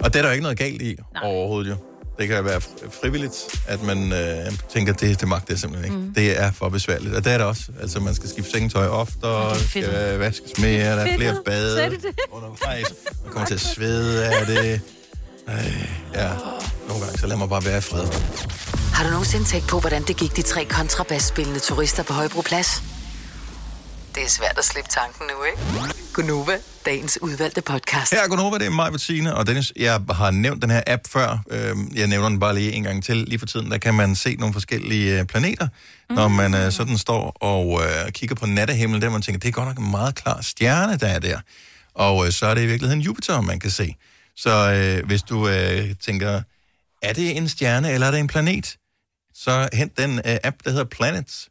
S1: Og det er der jo ikke noget galt i Nej. overhovedet, jo. Det kan være fri- frivilligt, at man øh, tænker, det, det magter jeg simpelthen
S3: Mhm.
S1: ikke. Mm. Det er for besværligt. Og det er det også. Altså, man skal skifte sengetøj ofte, og skal øh, vaskes mere, der er flere bade.
S3: Sagde de det?
S1: undervejs. Man kommer til at svede
S3: (laughs)
S1: af det. Øh, ja, nogle gange, så lad mig bare være i fred.
S4: Har du nogensinde tænkt på, hvordan det gik de tre kontrabasspillende turister på Højbroplads? Det er svært at slippe tanken nu, ikke? Gunova, dagens udvalgte podcast.
S1: Her er Gunova, det er mig, Bettina og Dennis. Jeg har nævnt den her app før. Øhm, Jeg nævner den bare lige en gang til. Lige for tiden, der kan man se nogle forskellige øh, planeter, mm. når man øh, sådan står og øh, kigger på nattehimlen, der man tænker, det er godt nok en meget klar stjerne, der er der. Og øh, så er det i virkeligheden Jupiter, man kan se. Så øh, hvis du øh, tænker, er det en stjerne, eller er det en planet? Så hent den øh, app, der hedder Planets,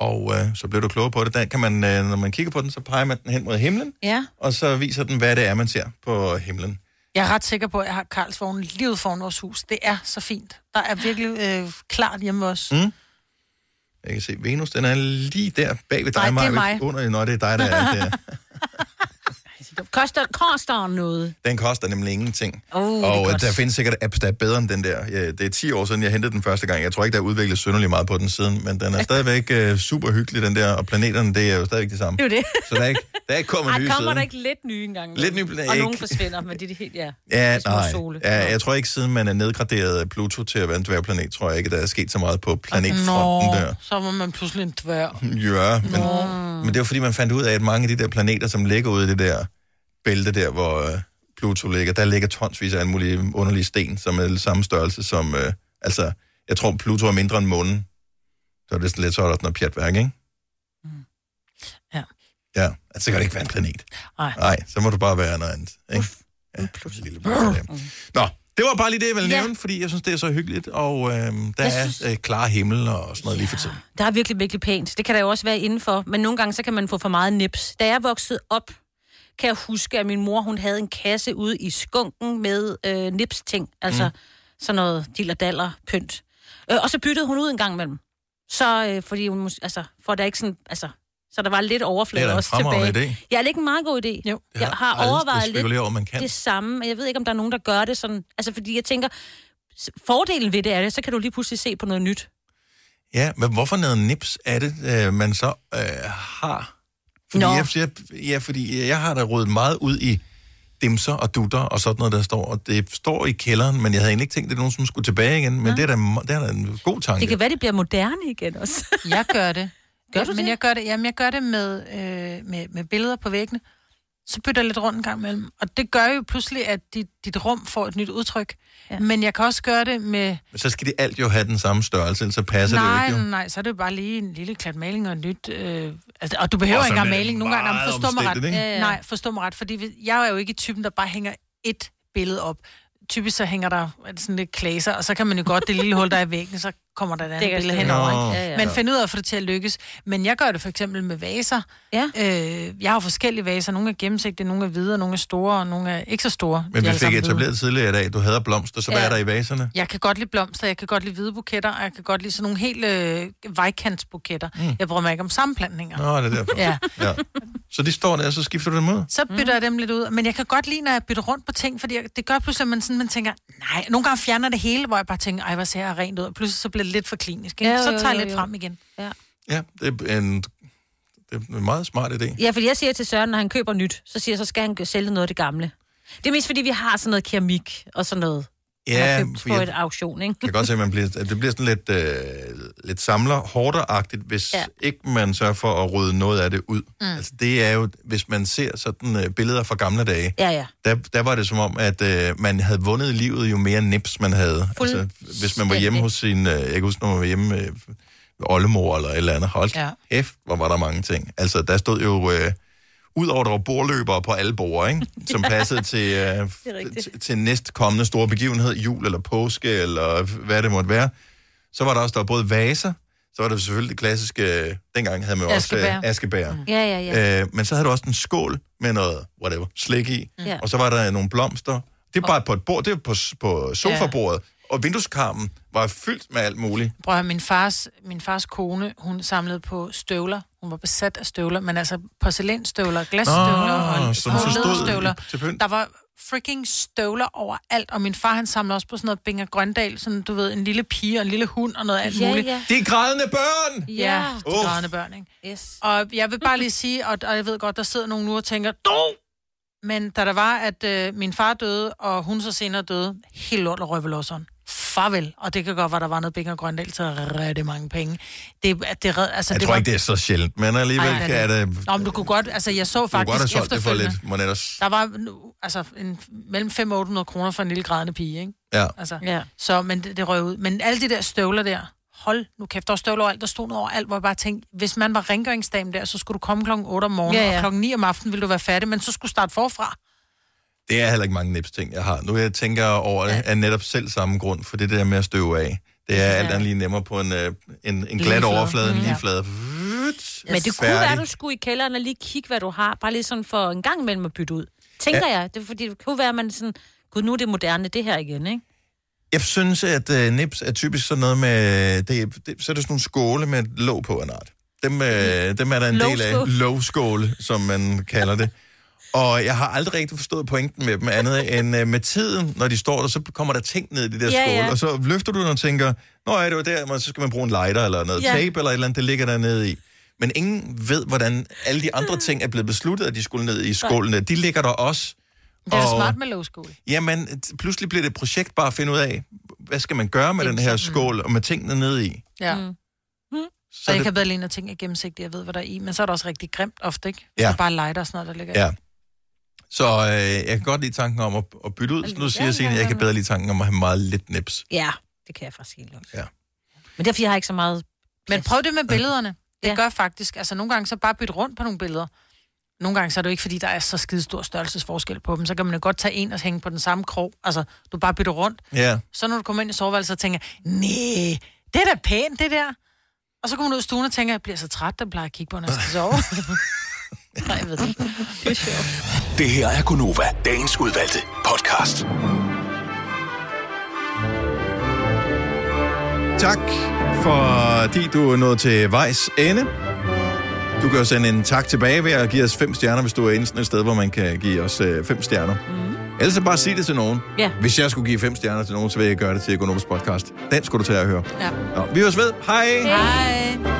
S1: og øh, så bliver du klogere på det. Der kan man, øh, når man kigger på den, så peger man den hen mod himlen,
S2: Ja.
S1: og så viser den, hvad det er, man ser på himlen.
S2: Jeg er ret sikker på, at jeg har Karlsvognen lige ude foran vores hus. Det er så fint. Der er virkelig øh, klart hjemme ved os.
S1: Mm? Jeg kan se, Venus, den er lige der bag ved dig,
S2: Nej, det er
S1: Maja.
S2: mig.
S3: (laughs)
S1: Under, nå, det er dig, der er der.
S3: Koster, koster noget.
S1: Den koster nemlig ingenting.
S3: Oh, det er
S1: og øh,
S3: godt.
S1: der findes sikkert apps, der er bedre end den der. Ja, det er 10 år siden, jeg hentede den første gang. Jeg tror ikke, der er udviklet synderligt meget på den siden,
S3: (laughs)
S1: men den er stadigvæk øh, super hyggelig, den der. Og planeterne, det er jo stadigvæk det samme.
S3: Det er jo det.
S1: Så der er ikke, der er ikke kommet
S3: (laughs) Ej,
S1: nye
S3: kommer
S1: siden.
S3: der ikke lidt nye engang?
S1: Lidt nye bliver der
S3: Og
S1: ikke.
S3: nogen forsvinder, men det er de helt, ja.
S1: Ja,
S3: de små
S1: nej.
S3: sole.
S1: Ja, jeg tror ikke, siden man er nedgraderet af Pluto til at være en dværgplanet, tror jeg ikke, der er sket så meget på planetfronten der.
S2: så var man pludselig en dværg.
S1: Ja, men, men det var fordi, man fandt ud af, at mange af de der planeter, som ligger ude i det der bælte der, hvor øh, Pluto ligger, der ligger tonsvis af alle mulige underlige sten, som er samme størrelse som... Øh, altså, jeg tror, Pluto er mindre end månen. Så er det sådan lidt så er der sådan noget pjatværk, ikke?
S2: Ja.
S1: Ja, altså, så kan det ikke være en planet.
S2: Nej.
S1: Nej, så må du bare være noget andet, ikke? Ja, lille bror. Nå, det var bare lige det, jeg ville
S3: Ja.
S1: nævne, fordi jeg synes, det er så hyggeligt, og øh, der
S3: Jeg
S1: synes... er øh, klar himmel og sådan noget lige for tiden.
S3: Der er virkelig, virkelig pænt. Det kan der jo også være indenfor. Men nogle gange, så kan man få for meget nips. Da jeg voksede op, kan jeg huske, at min mor, hun havde en kasse ude i skunken med øh, nips-ting. Altså mm. sådan noget dillerdaller, pynt. Øh, og så byttede hun ud en gang imellem. Så, øh, fordi hun, mås- altså, for der ikke sådan, altså, så der var lidt
S1: Det er
S3: overflade
S1: da en
S3: også
S1: fremragende
S3: tilbage.
S1: idé.
S3: Ja, det er ikke en meget god idé. Jo.
S1: Det
S3: Jeg
S1: har
S3: har
S1: aldrig
S3: overvejet lidt
S1: spekuleret over, man kan.
S3: det samme, og jeg ved ikke, om der er nogen, der gør det sådan. Altså, fordi jeg tænker, s- fordelen ved det er det, så kan du lige pludselig se på noget nyt.
S1: Ja, men hvorfor noget nips er det, øh, man så øh, har? Fordi
S3: Nå.
S1: jeg, jeg, ja, fordi jeg har da rodet meget ud i dimser og dutter og sådan noget, der står. Og det står i kælderen, men jeg havde egentlig ikke tænkt, at det er nogen, som skulle tilbage igen. Men ja. det, er da, det er da en god tanke.
S3: Det kan være, det bliver moderne igen også.
S2: Jeg gør det.
S3: Gør du
S2: men
S3: det?
S2: Jeg gør det, jamen, jeg gør det med, øh, med, med billeder på væggene. Så bytter jeg lidt rundt en gang imellem. Og det gør jo pludselig, at dit, dit rum får et nyt udtryk. Ja. Men jeg kan også gøre det med...
S1: Men så skal de alt jo have den samme størrelse, ellers så passer det jo
S2: nej,
S1: ikke. Jo.
S2: nej, nej, så er det jo bare lige en lille klat maling og et nyt... Øh, altså, og du behøver
S1: Og
S2: ikke
S1: så
S2: engang
S1: med
S2: maling nogle gange.
S1: meget
S2: Jamen, forstå mig ret.
S1: omstændigt, ikke? Ja, ja.
S2: Nej, forstå mig ret, fordi vi- jeg er jo ikke typen, der bare hænger et billede op. Typisk så hænger der er det sådan lidt klaser, og så kan man jo godt, det lille hul, der er i væggen, så kommer der et andet
S3: kan
S2: billede
S3: jeg se.
S2: henover.
S3: Nå.
S2: ikke?
S3: Ja, ja.
S2: Man finder ud af at få det til at lykkes. Men jeg gør det for eksempel med vaser.
S3: Ja.
S2: Øh, jeg har jo forskellige vaser. Nogle er gennemsigtige, nogle er hvide, og nogle er store, og nogle er ikke så store. De er
S1: Men vi
S2: alle
S1: fik
S2: sammen hvide.
S1: etableret tidligere i dag, at du hader blomster, så hvad
S2: Ja.
S1: er der i vaserne?
S2: Jeg kan godt lide blomster, jeg kan godt lide hvide buketter, og jeg kan godt lide sådan nogle helt øh, vejkantsbuketter.
S1: Mm.
S2: Mm. Jeg bryder mig ikke om sammenplantninger.
S1: Nå, det er derfor.
S2: Ja.
S1: ja. Så de står der, og så skifter du dem ud?
S2: Så bytter mm. jeg dem lidt ud. Men jeg kan godt lide, når jeg bytter rundt på ting, fordi jeg, det gør pludselig, at man, sådan, man tænker, nej, nogle gange fjerner det hele, hvor jeg bare tænker, ej, hvor ser jeg rent ud. Og pludselig så bliver det lidt for klinisk. Ikke?
S3: Ja,
S2: Ja,
S3: jo,
S2: så
S3: jo,
S2: tager jeg
S3: jo,
S2: lidt
S3: jo.
S2: frem igen.
S3: Ja.
S1: Ja, det er en, det er en meget smart idé.
S3: Ja, fordi jeg siger til Søren, når han køber nyt, så siger jeg, så skal han sælge noget af det gamle. Det er mest fordi, vi har sådan noget keramik og sådan noget.
S1: Ja,
S3: Ja, købt
S1: for
S3: på
S1: jeg-
S3: et auktion, ikke?
S1: Jeg kan godt se, at man bliver, at det bliver sådan lidt, øh, lidt samler hårderagtigt, hvis ja.
S3: Ja.
S1: ikke man sørger for at rydde noget af det ud. Mm.
S3: Mm.
S1: Altså, det er jo, hvis man ser sådan øh, billeder fra gamle dage,
S3: Ja, ja.
S1: der, der var det som om, at øh, man havde vundet i livet, jo mere nips man havde. Altså, hvis man var hjemme hos sin... Øh, jeg kan huske, når man var hjemme øh, ved oldemor eller et eller andet. Hold ja.
S2: Ja.
S1: kæft, hvor var der mange ting. Altså, der stod jo... Øh, Udover at der var bordløbere på alle borde, ikke? som
S2: Ja.
S1: passede til, øh, t- til næstkommende store begivenhed, jul eller påske, eller hvad det måtte være. Så var der også der var både vaser, så var der selvfølgelig det klassiske, øh, dengang havde man jo også øh,
S3: Askebær.
S1: askebær. Mm.
S3: Ja, ja, ja.
S1: Øh, men så havde du også en skål med noget whatever, slik i,
S3: Mm. Ja.
S1: og så var der nogle blomster. Det er bare på et bord, det er på, på sofabordet, og vindueskarmen var fyldt med alt muligt.
S2: Prøv at høre, min fars, min fars kone, hun samlede på støvler. Hun var besat af støvler, men altså porcelænsstøvler, glasstøvler
S1: Nå,
S2: og
S1: så
S2: små
S1: den så stod
S2: læderstøvler.
S1: til pynt.
S2: Der var freaking støvler overalt, og min far han samlede også på sådan noget Binger Grøndal, sådan du ved, en lille pige og en lille hund og noget alt
S1: Ja,
S2: Øh, muligt.
S1: ja. De grædende børn!
S2: Ja, de
S1: Uff.
S2: grædende børn, ikke?
S3: Yes.
S2: Og jeg vil bare lige sige, og, og jeg ved godt, der sidder nogen nu og tænker, du! Men da der var, at øh, min far døde, og hun så senere døde, helt lort og røvbelosseren. Farvel. Og det kan godt være, der var noget Binger Grøndal til rigtig mange penge. Det, at det, red- altså,
S1: Jeg
S2: det
S1: tror
S2: var,
S1: ikke, det er så sjældent, men alligevel
S2: Ej,
S1: Ej,
S2: nej,
S1: er det...
S2: Nå, men du kunne godt, altså jeg så
S1: Du kunne
S2: faktisk
S1: godt have solgt det for
S2: efterfølgende,
S1: lidt, men ellers...
S2: der var nu- altså en, mellem 5 og 800 kroner for en lille grædende pige, ikke?
S1: Ja.
S2: Altså, ja. Så, men det, det røg ud. Men alle de der støvler der, hold nu kæft, der var støvler overalt, der stod noget overalt, hvor jeg bare tænkte, hvis man var rengøringsdagen der, så skulle du komme klokken 8 om morgenen,
S3: Ja,
S2: ja,
S3: ja.
S2: ja. og klokken 9 om aftenen ville du være færdig, men så skulle du starte forfra.
S1: Det er heller ikke mange nips ting, jeg har. Nu jeg tænker over det, er netop selv samme grund, for det der med at støve af, det er alt andet lige nemmere på en, øh, en, en glat
S2: flade.
S1: overflade, en
S2: Mm.
S1: lige
S2: Ja.
S1: flade.
S3: Men det kunne
S1: Færdig.
S3: være, du skulle i kælderen og lige kigge, hvad du har. Bare lige sådan for en gang imellem at bytte ud. Tænker
S1: Ja.
S3: ja. jeg. Det er fordi, det kunne være, at man sådan... Gud, nu er det moderne, det her igen, ikke?
S1: Jeg synes, at øh, nips er typisk sådan noget med... Det, det, så er det sådan nogle skåle med et låg på en art. Dem, øh, dem er der en del af.
S17: Lågskål.
S1: Lågskåle, som man kalder det. Og jeg har aldrig rigtig forstået pointen med dem andet end øh, med tiden, når de står der, så kommer der ting ned i de der
S2: Ja,
S1: skåle,
S2: ja.
S1: og så løfter du den og tænker, nå ja, det var der, men så skal man bruge en lighter eller noget
S2: Ja.
S1: ja. tape eller et eller andet, det ligger der nede i. Men ingen ved, hvordan alle de
S2: Mm.
S1: andre ting er blevet besluttet, at de skulle ned i skålene. De ligger der også.
S2: Det er da smart med lågskål.
S1: Jamen, t- pludselig bliver det et projekt bare at finde ud af, hvad skal man gøre med den her skål og med tingene nede i.
S2: Ja. Mm. Så
S1: Så
S2: og jeg
S1: det-
S2: kan bedre lide, når ting er gennemsigtige, jeg ved, hvad der er i. Men så er det også rigtig grimt ofte, ikke?
S1: Ja.
S2: Ja. Så bare lighter og sådan noget, der ligger
S1: Ja.
S2: i.
S1: Så øh, jeg kan godt lide tanken om at, at bytte ud. Så nu siger jeg Signe, at jeg kan bedre lide tanken om at have meget lidt nips.
S3: Ja, det kan jeg faktisk helt lukke.
S1: Ja.
S3: Men derfor jeg har ikke så meget...
S2: Men prøv det med billederne. Det gør faktisk. Altså nogle gange så bare bytte rundt på nogle billeder. Nogle gange så er det jo ikke, fordi der er så skide stor størrelsesforskel på dem. Så kan man jo godt tage en og hænge på den samme krog. Altså, du bare bytter rundt.
S1: Ja.
S2: Så når du kommer ind i soveværelset og tænker, nej, det er da pænt, det der. Og så kommer du ud af stuen og tænker, jeg bliver så træt, den plejer at kigge på, når jeg skal sove. (laughs) Nej, jeg ved det. Det er sjovt.
S5: Det her er Gunova, dagens udvalgte podcast.
S1: Tak, fordi du er nået til vejs ende. Du kan jo sende en tak tilbage ved at give os fem stjerner, hvis du er inde sådan et sted, hvor man kan give os øh, fem stjerner.
S2: Mhm.
S1: Mm. Ellers så bare sig det til nogen.
S3: Ja.
S1: Hvis jeg skulle give fem stjerner til nogen, så ville jeg gøre det til Economics Podcast. Den skulle du til at høre.
S2: Ja.
S1: Nå, vi høres ved. Hej!
S2: Hej.